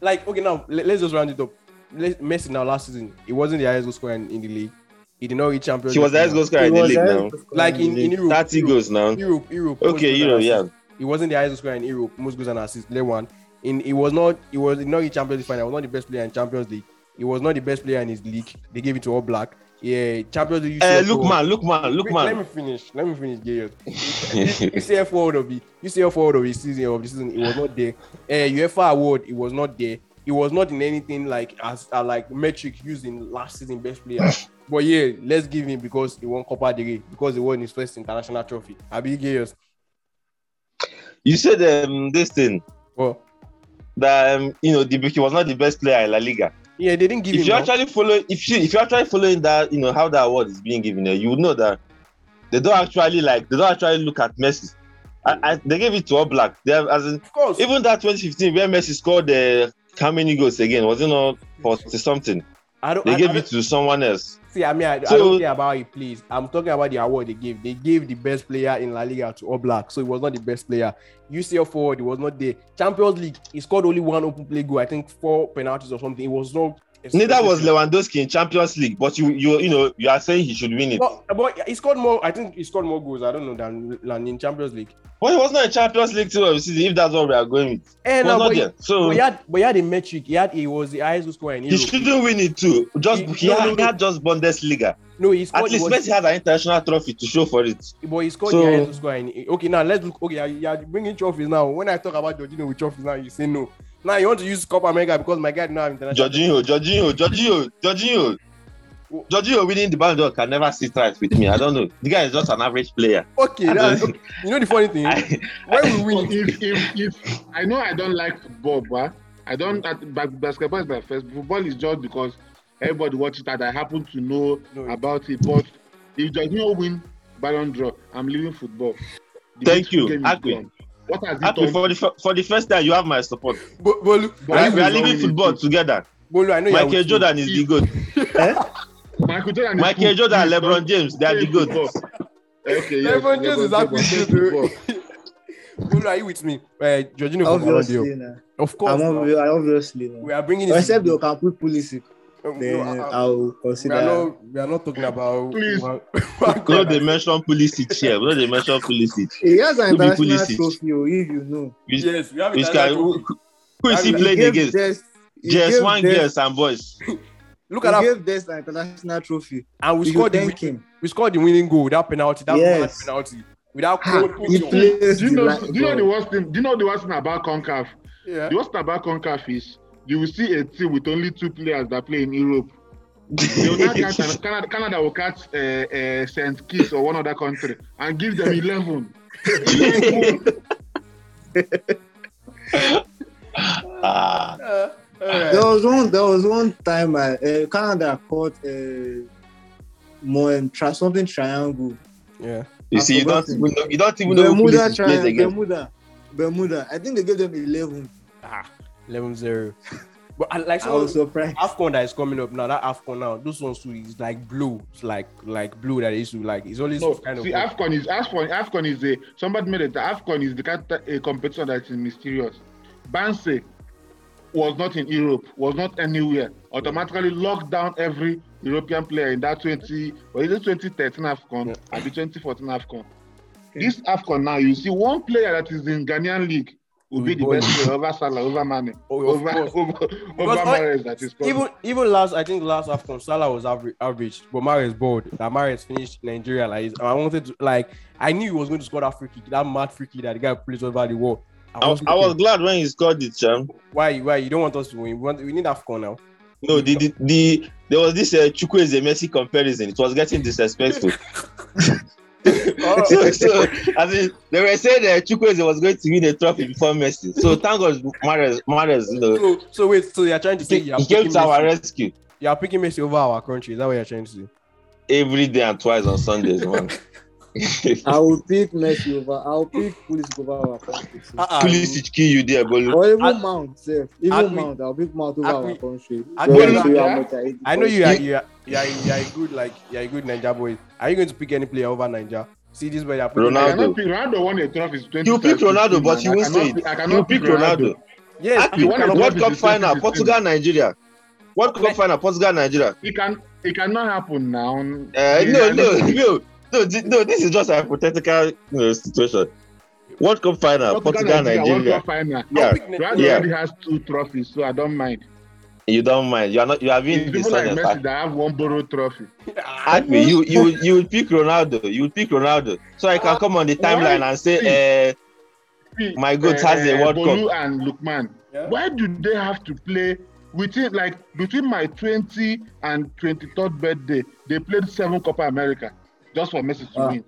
A: Like okay, now let, us just round it up. Let, Messi now last season he wasn't the highest goal scorer in, in the league. He did not reach champions.
D: He was the highest goal scorer in the league now.
A: Like in, in Europe,
D: Thirty
A: Europe,
D: goals now.
A: Europe, Europe. most
D: Okay,
A: goals
D: you know,
A: and
D: yeah.
A: assists. He wasn't the highest scorer in Europe. Most goals and assists. Le one. In he was not. He was not in Champions League final. He was not the best player in Champions League. He was not the best player in his league. They gave it to All Black. Yeah, Champions League.
D: Eh,
A: UCL
D: look,
A: goal.
D: man, look, man, look,
A: Wait, Let me
D: man.
A: finish. Let me finish, Gayot.
D: [laughs]
A: UCL forward of the UCL forward of the season of the season, it was not there. Uh, UEFA award, it was not there. It was not in anything like as uh, like metric used in last season best
D: [laughs]
A: player. but yeah, let's give him because he won Copa del Rey because he won his first international trophy. Abi Gayot.
D: You said um, this thing
A: Well,
D: that um, you know the, he was not the best player in La Liga.
A: yeah, they didn't give
D: if
A: him.
D: you
A: now.
D: actually follow if you if you actually following that you know how that award is being given eh, you would know that they don't actually like they don't actually look at Messi. I, I, they gave it to all black. They have, as in,
A: of course,
D: even that 2015 where Messi scored uh, how many goals again? Was it not 40 something?
A: I don't.
D: They
A: I, I
D: gave
A: don't-
D: it to someone else.
A: See, I mean, I, I
D: So-
A: don't care about it, please. I'm talking about the award they gave. They gave the best player in La Liga to All Black, so it was not the best player. UCL forward, it was not there. Champions League, he scored only one open play goal. I think four penalties or something. It was not.
D: Neither was Lewandowski in Champions League, but you you you know you are saying he should win it.
A: But, but he scored more. I think he scored more goals. I don't know than, than in Champions League.
D: Well, it was not in Champions League too. obviously, If that's what we are going with,
A: And uh,
D: it was not
A: but, he,
D: there. So
A: but he had, but he had a metric. He had he was the highest goal scorer in
D: he
A: Europe.
D: shouldn't win it too. Just
A: He-
D: he,
A: no, no,
D: had- he
A: no.
D: had just Bundesliga.
A: no, he scored.
D: At
A: he
D: least
A: was-
D: Messi has an international trophy to show for it.
A: But he scored
D: So-
A: the highest score. In, okay, now let's look. Okay, you are bringing trophies now. When I talk about Jorginho with trophies now, you say no. Now you want to use Copa America because my guy did not have international.
D: Jorginho, Jorginho, Jorginho, Jorginho. Jorginho winning the Ballon d'Or can never sit right with me. I don't know. The guy is just an average player.
A: Okay,
D: I
A: that's,
D: [laughs] don't-
A: okay, you know the funny thing.
D: I-
A: when we
B: So
A: win, it,
B: if, if, if I know I don't like football, but I don't I- ba- basketball is my first. Football is just because everybody watches that I happen to know
A: No.
B: about it. But if Jorginho win Ballon d'Or, I'm leaving football. The
D: Thank
B: beautiful
D: you,
B: game is
D: Akwe.
B: gone. What has
D: Happy
B: it done?
D: for the fir- for the first time, you have my support.
A: Bo- Bolu,
D: We
B: But Bolu
D: are, we are
B: is not
D: living
B: winning
D: football
B: too.
D: together.
A: Bolu, I know you're
D: Michael
A: with me.
D: Jordan is
C: [laughs]
D: the goat.
B: Michael Jordan, is
D: Michael
B: good.
D: Jordan,
B: Please
D: LeBron
B: don't
D: James, they are the
B: play
D: goat.
B: football. Okay, yes,
A: LeBron James is happy
B: James
A: to
B: plays
A: do.
B: football.
A: Bolu, are you with me? Uh, Jorginho from Orlando.
C: Obviously, nah.
A: Of course,
C: I'm
A: now.
C: obvi- I obviously. nah.
A: we are bringing this.
C: Except they can put Pulisic,
A: No,
C: then
A: I- I-
C: I'll
A: we are
C: consider.
A: not. We are not talking
D: [laughs]
A: about.
B: Please.
A: One,
D: No, they mention Pulisic here. No, they mention Pulisic.
C: He has an
D: Who be
C: international
D: Pulisic?
C: trophy, oh, if you know.
D: Which,
A: yes, we have.
D: which
A: international
D: guy? Who,
A: trophy.
D: who is he
A: He
D: playing
C: gave
D: against?
C: Des- he
D: Yes,
C: gave
D: one
C: Des-
D: girls and
C: [laughs]
D: boys.
A: Look
C: He
A: at that.
C: gave Des an international trophy.
A: And we
C: You
A: scored the
C: thank
A: win-
C: him.
A: we scored the winning goal without penalty. That
C: Yes.
A: yes. penalty without
C: Ha, He
A: coach.
C: plays.
B: Do you know?
C: the
B: Do you know
C: right
B: the worst thing? Do you know the worst thing about Concaf?
A: Yeah.
B: The worst thing about Concaf is you will see a team with only two players that play in Europe. They will not
D: [laughs]
B: catch an- Canada, Canada will catch uh, uh, Saint Kitts or one other country and give them eleven.
D: ah,
A: Uh,
C: There
A: uh,
C: was one. There was one time I, uh, Canada caught uh, more um, tri- something triangle.
A: yeah.
D: you see, you don't even know, you don't even know who
C: Bermuda
D: Pulisic plays
C: triangle.
D: against.
C: Bermuda. Bermuda. I think they gave them eleven.
A: [laughs] 11-0. Ah, But I, like
C: I
A: so
C: was surprised.
A: Afcon that is coming up now. That Afcon now, those ones too is like blue. It's like like blue that is like it's always
B: No,
A: kind of.
B: see, Afcon is Afcon. Afcon is a somebody made it. Afcon is the kind a competition that is mysterious. Banse was not in Europe, was not anywhere. Automatically locked down every European player in that 20 or is it 2013 Afcon or 2014 Afcon. This Afcon now, you see one player that is in Ghanaian league will be the
A: Boy.
B: best player over Salah, over Mane,
A: Oh, of
B: over
A: course.
B: over, over
D: oh,
A: all-
B: Mahrez that is
A: even even last I think last Afcon Salah was average, average but Mares bored. That Mares finished Nigeria like he's- I wanted to like I knew he was going to score that free kick, that mad free kick that the guy plays over the wall.
D: I, was- I was glad when he scored it, champ.
A: why why you don't want us to win? We, want, we need Afcon now.
D: No, the, the, the there was this uh, Chukwueze Messi comparison. It was getting disrespectful. [laughs] so, so as in, they were saying that Chukwueze was going to win the trophy before Messi. So thank God, Mares, Mares, you know,
A: [laughs] So, so wait, so you're trying to say
D: he,
A: you're
D: he came
A: picking,
D: to our
A: Messi,
D: rescue
A: you're picking Messi over our country? Is that what you're trying to say?
D: [laughs] every day and twice on Sundays, man.
C: I will pick Messi over. I will pick Pulisic over Akpabio.
A: Ah,
H: Uh-uh.
D: Ah. Pulisic kill you there, Bolu.
C: Or even
H: Ak-
C: Mount, sef. Even
H: Akwi-
C: Mount, I'll pick Mount over
H: Akwi-
C: our country.
H: Akwi-
C: Just to show you how
B: Yeah.
C: much I hate the
A: I know
C: country.
A: you are you are you are, you are a good like you are a good Ninja boy. Are you going to pick any player over Ninja? See this boy that
B: I
D: Ronaldo.
B: cannot pick Ronaldo won a trophy. since
D: You pick
B: 2013,
D: Ronaldo, but
B: man.
D: you
B: I
D: won't say
B: cannot
D: it.
B: pick- I cannot
D: You pick Ronaldo.
A: Yes,
D: Happy,
B: you won a
D: World
B: trophy
D: Cup
B: since
D: final,
B: 2015.
D: Portugal, Nigeria. World Cup final, Portugal, Nigeria.
B: It can. It cannot happen now.
D: Uh,
B: Yeah,
D: no,
B: I
D: no,
B: don't-
D: [laughs] no, no, thi- no. This is just a hypothetical you know, situation. World Cup final, Portugal, Nigeria.
B: World Cup final.
D: Yeah,
B: Ronaldo
D: Yeah.
B: already has two trophies, so I don't mind.
D: you don't mind. You are not. You are being
B: It's people like
D: dishonest.
B: Messi that have one borrowed trophy.
D: Happy, you you you would pick Ronaldo. You would pick Ronaldo, so I can come on the timeline and say, uh,
B: See,
D: My goat has a World
B: Eh, uh, Bolu and Lukman.
A: Yeah.
B: Why do they have to play within like between my 20 and 23rd birthday? They played seven Copa America just for Messi to
C: Ah.
B: win.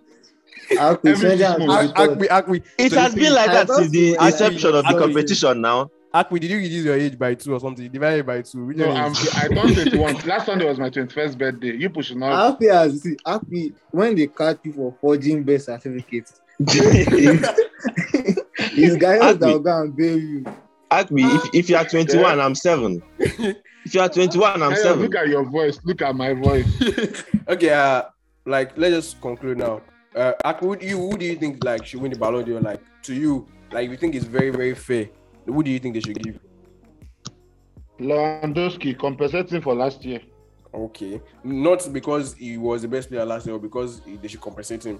C: Akwi,
B: Every
C: send
B: six
C: her to
B: months.
C: the court.
A: Akwi, Akwi,
D: "It
A: So
D: has
A: you
D: been
A: think-
D: like
C: I
D: that since the
C: don't see-
D: inception of the
A: I- I-
D: competition." Now, [laughs]
A: Akwi, did you reduce your age by two or something? Divide it by two. Which
B: No,
A: one
B: I'm,
A: is-
B: I turned 21. [laughs] Last Sunday was my 21st birthday. You push it
D: Ah,
B: now.
C: Happy as see, happy when they catch you for forging birth certificates. It's guys that
D: Happy.
C: will go and bail you.
D: Akbi, if, if you are 21, I'm seven. If you are 21, I'm
B: Hey,
D: seven.
B: look at your voice. Look at my voice.
A: okay, uh, like let's just conclude now. Uh, Akwi, who do you who do you think like should win the Ballon d'Or? Like to you, like you think it's very very fair. Who do you think they should give?
B: Lewandowski compensating for last year.
A: Okay, not because he was the best player last year, or because he- they should compensate him.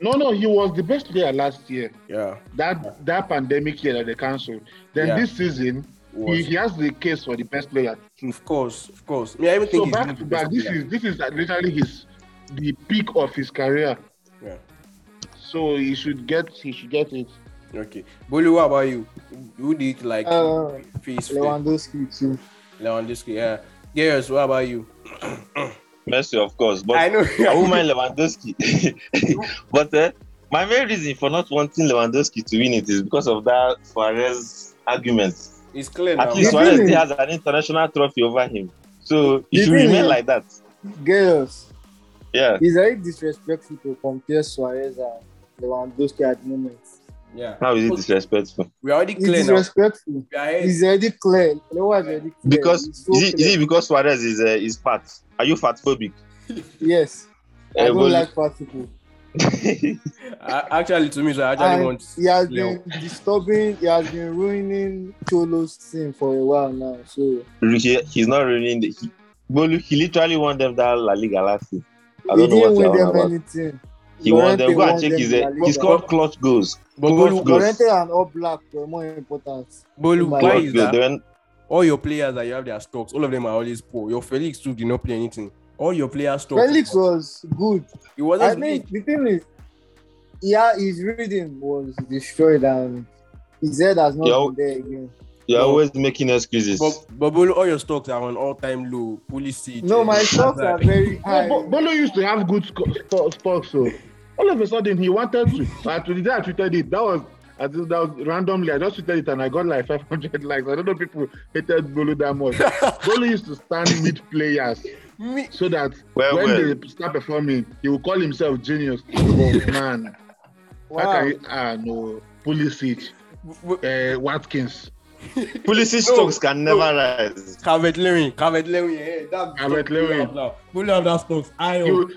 B: No, no, he was the best player last year.
A: Yeah,
B: That that pandemic year that they cancelled. Then
A: Yeah.
B: this season, he,
A: was.
B: he has the case for the best player.
A: of course, of course. I mean, I even
B: So
A: think he's
B: back
A: the
B: to back,
A: best
B: this
A: player.
B: is this is literally his the peak of his career.
A: Yeah.
B: So he should get he should get it.
A: okay. Bolu, what about you? Who do you think, like
I: Uh,
A: face fair?
I: Lewandowski too.
A: Lewandowski? Yeah. Yes, what about you?
D: Messi, of course, but
A: I know. [laughs]
D: I won't mind Lewandowski. [laughs] but uh, my main reason for not wanting Lewandowski to win it is because of that Suarez argument.
A: it's clear now.
D: At least
C: The
D: Suarez
C: thing
D: still
C: is-
D: has an international trophy over him, so it
C: The
D: should
C: thing
D: remain
C: is-
D: like that.
C: Girls,
D: Yeah,
C: it's very disrespectful to compare Suarez and Lewandowski at the moment.
A: yeah.
D: how is it disrespectful?
A: We are already
C: It's
A: clear now.
C: disrespectful.
A: We are ahead.
C: It's already clear. Lewa is already clear.
D: Because
C: It's so
D: is, it, is
C: clear.
D: it because Suarez is uh, is fat? Are you fatphobic?
C: Yes. I
D: Eh,
C: don't
D: Bolu? [laughs]
C: like fat people.
A: A- Actually, to me, so I actually
C: And
A: want.
C: He has
A: Leo.
C: been disturbing, he has been ruining Cholo's team for a while now. So
D: he, he's not ruining the. He, Bolu, he literally won them that La Liga last year. I
C: he
D: don't know
C: didn't
D: what
C: win
D: you're on
C: them
D: about.
C: anything.
D: He won them. Go
C: Llorente
D: and check
C: won
D: his.
C: them
D: Uh,
C: La
D: he
C: Liga.
D: scored clutch goals.
A: But
D: Clutch
A: Bolu,
D: goals.
C: Llorente and All Black were more important.
A: Bolu, why
C: Why
D: Clutch
A: is
D: goals. They
A: that?
D: went-
A: All your players that you have their stocks, all of them are always poor. Your Felix too did not play anything. All your players stocks.
C: Felix was good.
A: it
C: I
A: wasn't.
C: think the thing is, yeah, his reading was destroyed and his head has not
D: Yo.
C: been there again.
D: You're
A: No.
D: always making excuses.
A: But, but Bolu, all your stocks are on all time low. Pulisic.
C: No, my
A: Hazard.
C: stocks are very high.
B: Bo- Bolo used to have good sco- sto- stocks, so all of a sudden he
A: [laughs]
B: wanted to. And to the day I tweeted it, that was I think that was randomly. I just tweeted it and I got like 500 [laughs] likes. I don't know if people hated Bolo that
A: [laughs]
B: much. Bolo used to stand mid players
A: Me,
B: so that
D: Well,
B: when
D: well.
B: they start performing, he will call himself genius. [laughs] But man, how
C: Wow.
B: can you, ah no, Pulisic,
A: w-
B: uh, Watkins,
D: Pulisic
A: [laughs] No,
D: stocks can
A: no.
D: never rise.
A: Calvert Lewin, Calvert Lewin, eh? That
B: Calvert Lewin.
A: Pull up that stocks. I
B: you,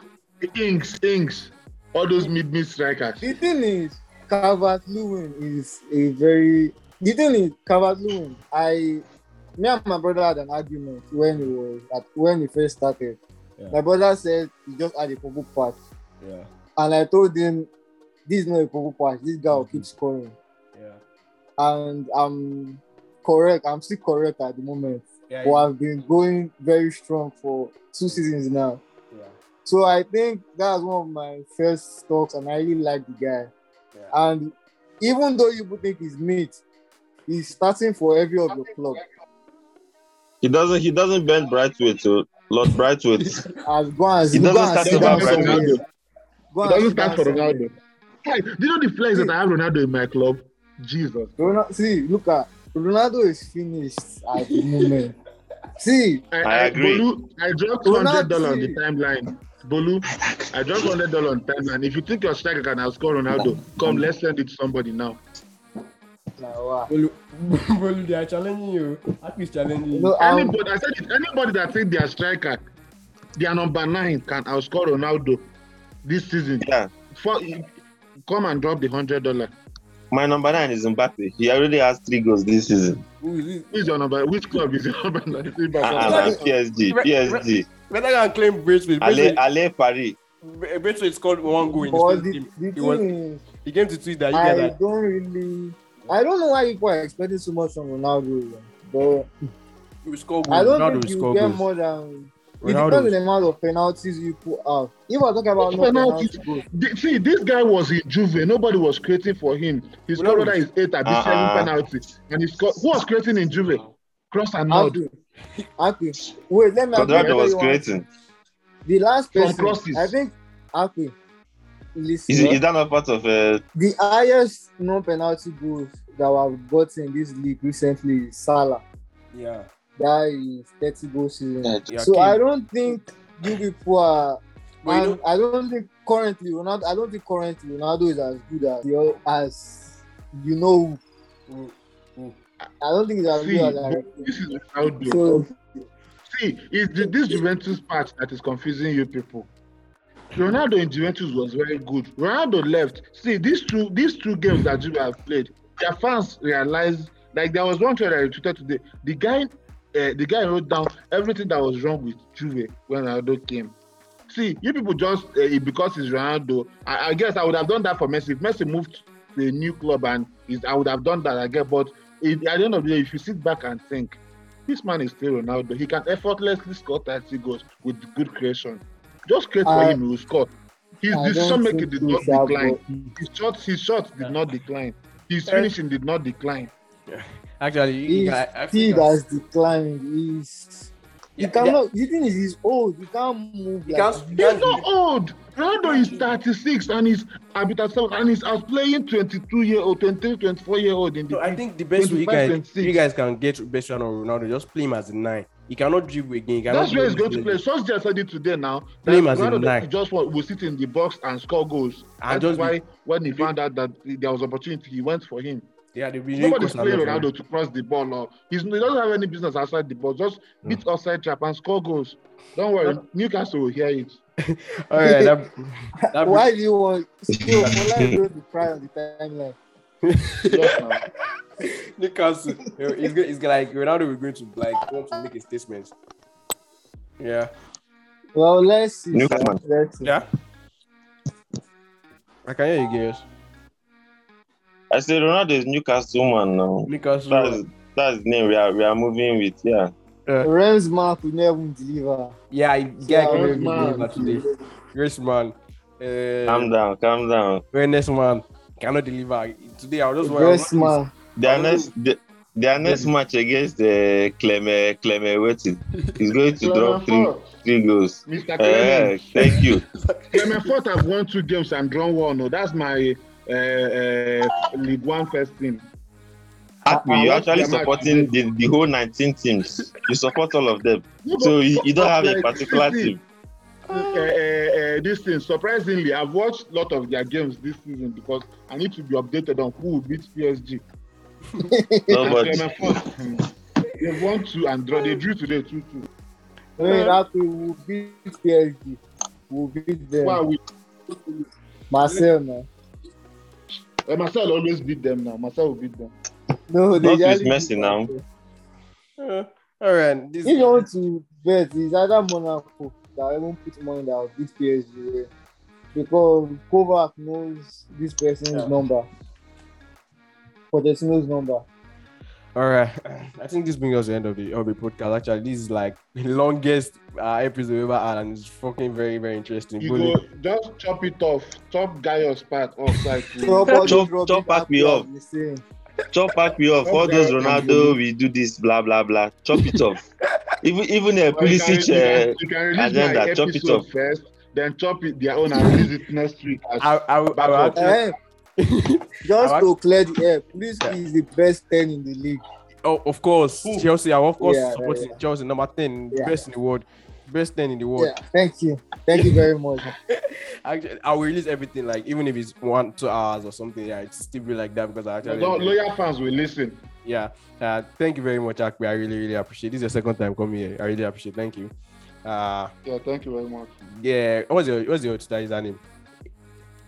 B: Ings, Ings, all those mid mid strikers.
C: The thing is, Calvert Lewin is a very. The thing is, Calvert Lewin, I. Me and my brother had an argument when he was at, when he first started.
A: Yeah.
C: My brother said he just had a purple patch,
A: Yeah,
C: and I told him, "This is not a purple patch. This guy will keep scoring."
A: yeah,
C: And I'm correct. I'm still correct at the moment.
A: yeah.
C: But I've been going very strong for two seasons now.
A: yeah.
C: So I think that's one of my first stocks, and I really like the guy.
A: Yeah.
C: And even though you would think he's mate, he's starting for every of your club
D: He doesn't. He doesn't bend Brightway to Lord
A: [laughs]
D: Brightway.
C: as go and
D: He
C: go and
D: doesn't start
C: sit
D: for
C: down
D: Ronaldo.
C: somewhere.
B: It
C: Go and
B: doesn't
C: sit down
B: stand for
C: somewhere.
B: Ronaldo. Guy, do you know the players that I have Ronaldo in my club? Jesus.
C: Ronaldo. See, look at Ronaldo is finished at the moment. See,
D: I agree.
B: Bolu, I dropped hundred
C: Ronaldo.
B: dollars on the timeline. Bolu, I dropped hundred dollars on time, and if you think your striker can outscore
D: [laughs]
B: Ronaldo, come let's send it to somebody now.
C: Like, wow.
A: [laughs] Bolu, Bolu, they are challenging you. Happy is challenging you.
C: No, um,
B: Anybody, I said it, anybody that thinks their striker, their number nine can outscore Ronaldo this season.
D: Yeah.
B: For, come and drop the hundred dollar.
D: My number nine is Mbappe. He already has three goals this
A: [laughs]
D: season.
A: Who is this?
B: Who's your number? Which club is your [laughs] number? nine? Think
D: Ah,
B: about
D: ah,
B: that.
D: man, PSG, PSG.
A: Better than claim Braithwaite.
D: Ale,
A: Braithwaite-
D: Ale Paris.
A: Bra- Braithwaite scored one goal in his
C: but
A: first
C: the,
A: game.
C: the
A: He was-
C: thing is,
A: He came to tweet that you
C: I
A: guys are
C: don't really, I don't know why people are expecting so much from Ronaldo, but
A: you will score goals.
C: I don't
A: Hmm, Ronaldo
C: think
A: will
C: you
A: score
C: get
A: goals.
C: more than.
A: Ronaldo
C: It depends on
A: will-
C: the amount of penalties you put out. If we're talking
D: ah,
C: about
B: Which
C: no penalties,
B: penalties?
C: goals,
B: The- See, this guy was in Juve. Nobody was creating for him. He scored
A: Ronaldo.
B: whether it's eight or
D: Ah,
B: seven
D: ah.
B: penalties, and he scored. Who was creating in Juve? Cross and out
C: Aku, Aku. Wait, let me. Aku,
D: Quadrado was
C: everyone-
D: creating.
C: The last
B: From
C: person,
B: crosses.
C: I think, Aku. Listen,
D: Is, is that not part of uh,
C: the highest non-penalty goals that we've gotten in this league recently is Salah.
A: Yeah.
C: That is 30 goals season.
A: yeah
C: so
A: Kane.
C: I don't think you people are.
A: But you
C: and I don't think currently Ronaldo. I don't think currently Ronaldo is as good as the- as you know.
A: Mm, mm.
C: I don't think he's as
B: See,
C: good as. Like,
B: but this is Ronaldo.
C: so
B: See, it's the, this Juventus part that is confusing you people. Ronaldo in Juventus was very good. Ronaldo left. See, these two these two games that Juve have played, their fans realized like there was one thread I tweeted today. The guy, uh, the guy wrote down everything that was wrong with Juve when Ronaldo came. See, you people just uh, because it's Ronaldo. I, I guess I would have done that for Messi. If Messi moved to a new club and is, I would have done that. I guess, but it, at the end of the day, if you sit back and think, this man is still Ronaldo. He can effortlessly score 30 goals with good creation. Just create for
C: I-
B: him, he will score. His
C: I
B: decision
C: don't
B: making
C: think
B: did
C: we
B: not
C: shall
B: decline. His shots, his shots did not decline. His finishing did not decline.
A: Actually, you
C: He's
A: guys- I
C: he
A: think I-
C: has declined. He's
A: Yeah,
C: you cannot. The thing is, he's old. You can't move.
A: He
C: like,
A: can't, he
B: He's
A: can't,
B: not old. Ronaldo is 36 and he's habitat seven and he's outplaying 22 year old, 23, 24 year old in the
A: So I think the best way you
B: 25,
A: guys
B: 26.
A: you guys can get best run on Ronaldo, just play him as a nine. He cannot dribble again. He cannot
B: That's where he's
A: dribble
B: going to play.
A: again.
B: Such just said it today now.
A: Play him
B: that
A: as a
B: Ronaldo
A: nine.
B: just wa- will sit in the box and score goals.
A: And
B: That's
A: just be-
B: why when he found out that there was opportunity, he went for him.
A: Yeah, they've been doing
B: Nobody's
A: Costa
B: playing
A: Rica.
B: Ronaldo to cross the ball or he's, he doesn't have any business outside the ball. Just beat outside trap and score goals. Don't worry, Newcastle will hear it.
A: All right,
B: [laughs]
A: that, that
C: Why do you want still Ola don't be proud of the timeline?
B: Just now.
A: Newcastle. It's, go- it's like Ronaldo is going to like want to make a statement. Yeah,
C: Well, let's see.
D: New
C: sir.
D: Castle.
C: Let's see.
A: yeah. I can hear you guys.
D: I said Ronaldo is Newcastle man now. That's
A: Newcastle.
D: that's the name we are we are moving with. Yeah.
C: Rams map will never deliver.
A: Yeah, I yeah, I can hear
B: Grace man.
A: you today. Grace man.
D: Calm
A: Uh,
D: down, calm down.
A: Wellness man cannot deliver today. I was just worried.
C: Rams man.
D: Their next the, their next match against uh, Cleme Cleme Wetin is going to drop
B: Clement
D: three
B: Fort.
D: three goals.
B: Mr.
D: Eh,
B: Clement.
D: thank you.
B: Clement Fort have won two games and drawn one. No, that's my uh, uh, League One first team. [laughs]
D: Happy,
B: I
D: you're
B: watched
D: actually
B: their match
D: supporting the, the whole 19 teams. You support all of them. So you, you don't
B: [laughs]
D: have a particular
B: See, see,
D: team.
B: uh, uh, uh, this thing. Surprisingly, I've watched a lot of their games this season because I need to be updated on who will beat PSG. [laughs]
D: Nobody.
B: And Clement Fort, They've won two and draw. They drew today two two.
C: When that will beat PSG. We'll beat them.
B: Wow, we
C: Marcel man.
B: uh, Marcel always beat them now. Marcel will beat them.
C: No, they
D: Not with
C: usually
D: Messi
C: beat
D: now.
C: Marcel.
A: Uh, all right, this
C: If you want to bet, it's either Monaco that I won't put money that will beat PSG. Because Kovac knows this person's
A: Yeah.
C: number. Pochettino's number.
A: All right, I think this brings us to the end of the of the podcast. Actually, this is like the longest uh, episode we ever had, and it's fucking very very interesting.
B: You
A: Bully.
B: go just chop it off. Chop Gaius part offside.
C: Chop,
D: Chop- chop back me up. Chop back me off. All those Ronaldo, we do this, blah blah blah. Chop it
B: [laughs]
D: off. Even even a
B: Well, you can-
D: Pulisic,
B: you can-
D: uh,
B: you can release my
D: agenda, chop it
B: episode
D: up.
B: first, then chop it their own and release it next week. As
A: I, I, will- I, will
B: Back
A: actually,
C: Eh, just
A: I
C: to clear the air, Please
A: Yeah.
C: is the best ten in the league.
A: oh, of course, Chelsea. I will of course
C: Yeah, yeah,
A: supporting Chelsea, number ten,
C: Yeah.
A: best in the world. Best 10 in the world.
C: Yeah, thank you. Thank you very much.
A: Actually, I will release everything, like even if it's one, two hours or something, yeah, it's still be like that because I actually
B: Lo- Loyal fans will listen.
A: yeah. Uh, thank you very much, Akbe. I really, really appreciate. This is your second time coming here. I really appreciate. Thank you. Uh,
B: Yeah, thank you very much.
A: yeah. What's your What's your Twitter name?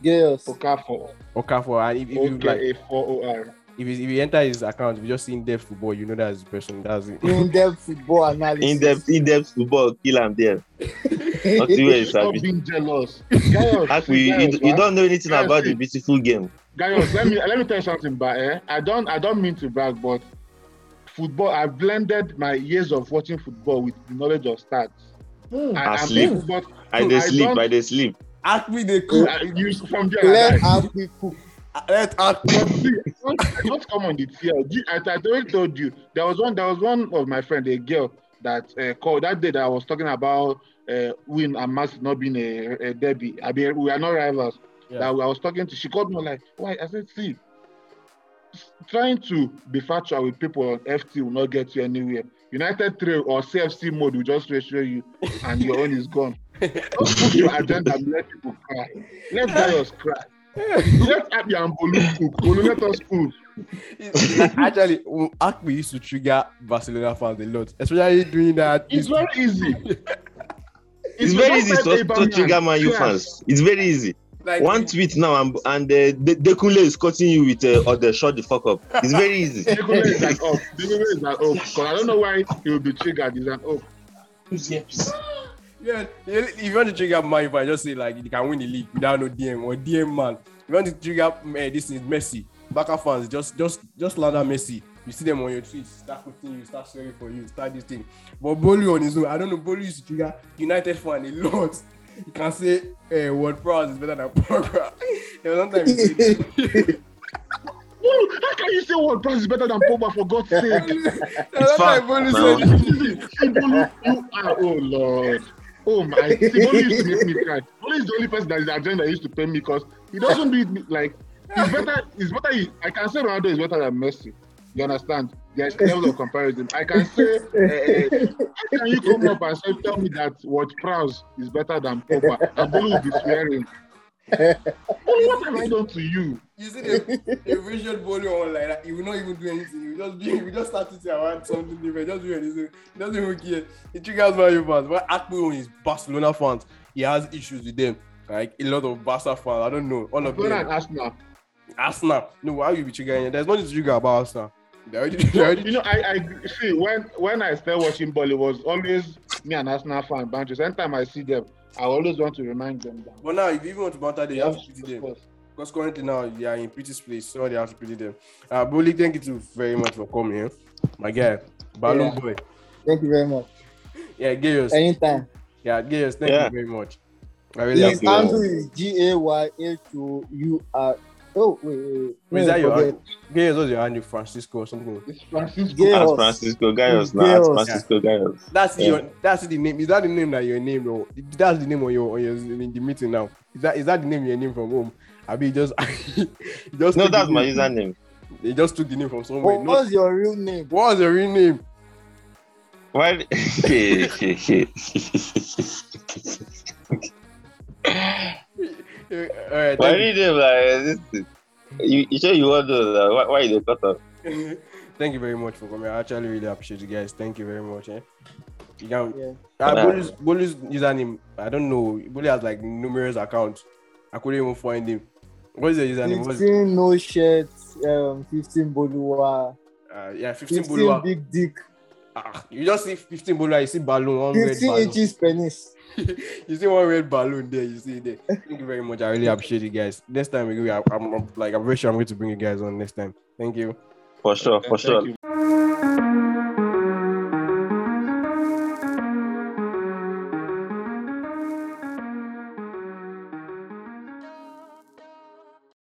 C: Yes.
B: Okafor.
A: Okafor. And if, if you like,
B: O-K-A-4-O-R.
A: if you, if you enter his account, if you just see in depth football, you know that's the person. That's it.
C: In-depth football analysis.
D: In depth, in depth eh, football, kill him
B: [laughs]
D: there. Until where it's
B: Stop
D: happy.
B: being jealous. Gaius,
D: Akpi, you, you, you
B: Gaius,
D: don't know anything
B: Yeah,
D: about
B: see.
D: the beautiful game.
B: Gaius, let me let me tell you something, but eh, I don't I don't mean to brag, but football. I blended my years of watching football with the knowledge of stats.
A: [laughs]
B: I, I'm
D: Asleep.
B: a football.
D: I
B: I
D: they sleep,
B: don't-
D: I they sleep.
A: Akbe the
B: I, you from there. I,
C: Let Akpi cook.
A: Let Akbe.
B: But see, don't, don't come on the TL. You- I, I already told you there was one. There was one of my friend, a girl that uh, called that day that I was talking about uh, Win and Max not being a, a derby. I mean, we are not rivals.
A: Yeah.
B: That I was talking to. She called me like, why? I said, see, trying to be factual with people on FT will not get you anywhere. United Trail or CFC mode will just ratio you, and your own is
D: [laughs]
B: gone. Don't put your agenda and let people cry. Let Dios cry. let Abby and Bolu cook. Bolu let us cook.
A: [laughs] Actually, um, Akbe used to trigger Barcelona fans a lot, especially during that.
B: It's very easy.
D: It's, very
B: not
D: easy
B: like
D: to, to
B: Abraham.
D: trigger Man U
B: Yeah.
D: fans. It's very easy.
A: like,
D: One tweet now and, and uh, De- Dekule is cutting you with uh, or the shut the fuck up. It's very easy.
B: [laughs] Dekule is an up. Dekule is an up. Because I don't know why he will be triggered. He's an up.
A: Yeah, if you want to trigger man, if I just say like you can win the league without no DM or DM man. If you want to trigger eh, this is Messi. Barca fans just just just ladder Messi. You see them on your tweets, start quoting you, start swearing for you, start this thing. But Bolu on his own, I don't know. Bolu used to trigger United fan a lot. You can say eh, word proud is better than Pogba. [laughs] There was one time he said- [laughs]
B: Bolu, how can you say what price is better than Pogba for God's sake?
A: there was one time Bolu
D: fact, man.
A: said
B: Sibolu, you are, oh Lord. Oh my, Sibolu used to make me cry. Bolu is the only person that is agenda that used to pay me because he doesn't do it like, it's better, it's better, he, I can say Ronaldo is better than Messi. You understand? There's level of comparison. I can say, uh, how can you come up and say, tell me that what Prowse is better than Pogba? And Bolu will be swearing. Bolu, what have I done to you?
A: you see the, the visual bowling online, like, he will not even do [laughs] anything. He will just be, he will just start to say around something different. Just do anything. He doesn't even care. He triggers value fans. But Akpo on his Barcelona fans, he has issues with them. Like a lot of Barca fans, I don't know. All of
B: Go and
A: them.
B: ask now.
A: Arsenal. No, why you be triggering? them? There's nothing to trigger about Arsenal. They already, they already,
B: you know, I, I see when when I started watching ball, it was always me and Arsenal fan bunches. Anytime I see them, I always want to remind them that
A: but now, if you even want to banter them,
B: they
A: you have
B: have
A: to
B: to
A: pity them.
B: focus.
A: Because currently now they are in pretty place, so they have to pity them. Uh, Bully, thank you too very much for coming. eh? My guy, Balloon
C: Yeah.
A: Boy.
C: Thank you very much.
A: Yeah, Gaius.
C: Anytime.
A: Yeah, Gaius, thank
D: Yeah.
A: you very much. I really
C: His
D: Please,
A: appreciate it.
C: handle is G A Y H O U R. Oh wait, wait, wait.
A: Is that your
C: Forget.
A: hand? Gaius was your hand, Francisco or something.
B: It's Francisco.
C: Gaius.
D: Ask Francisco Gaios now. Ask
C: Gaios.
D: Francisco Gaios.
A: That's
D: Yeah.
A: your that's the name. Is that the name that your name or that's the name of your, on your in the meeting now? Is that is that the name your name from home? I mean, just [laughs] you just
D: No,
A: took the
D: that's my
A: name.
D: username.
A: They just took the name from somewhere.
C: What
A: What,
C: was your real name?
A: what was your real name?
D: Why?
A: Eh, All right,
D: [laughs] Why
A: thank
D: did they like this? thing? You, you sure you want to? Uh, why, why they cut off?
A: you. [laughs] thank you very much for coming. I actually really appreciate you guys. Thank you very much. Eh? You can uh,
C: Yeah.
D: Yeah.
A: Bolu's, Bolu's username. I don't know. Bolu has like numerous accounts. I couldn't even find him. What is the username? What's,
C: Fifteen no shirt. Um, fifteen Boluwa.
A: uh, yeah, fifteen,
C: Fifteen
A: 15 Boluwa.
C: big dick.
A: Ah, you just see 15 balloon, you see balloon, one red
C: Fifteen
A: balloon.
C: inches penis.
A: [laughs] You see one red balloon there, you see it there. Thank you very much. I really appreciate you guys. Next time we go, I- I'm, I'm like I'm very sure I'm going to bring you guys on next time. Thank you.
D: For sure, for
B: Thank
D: sure.
B: you.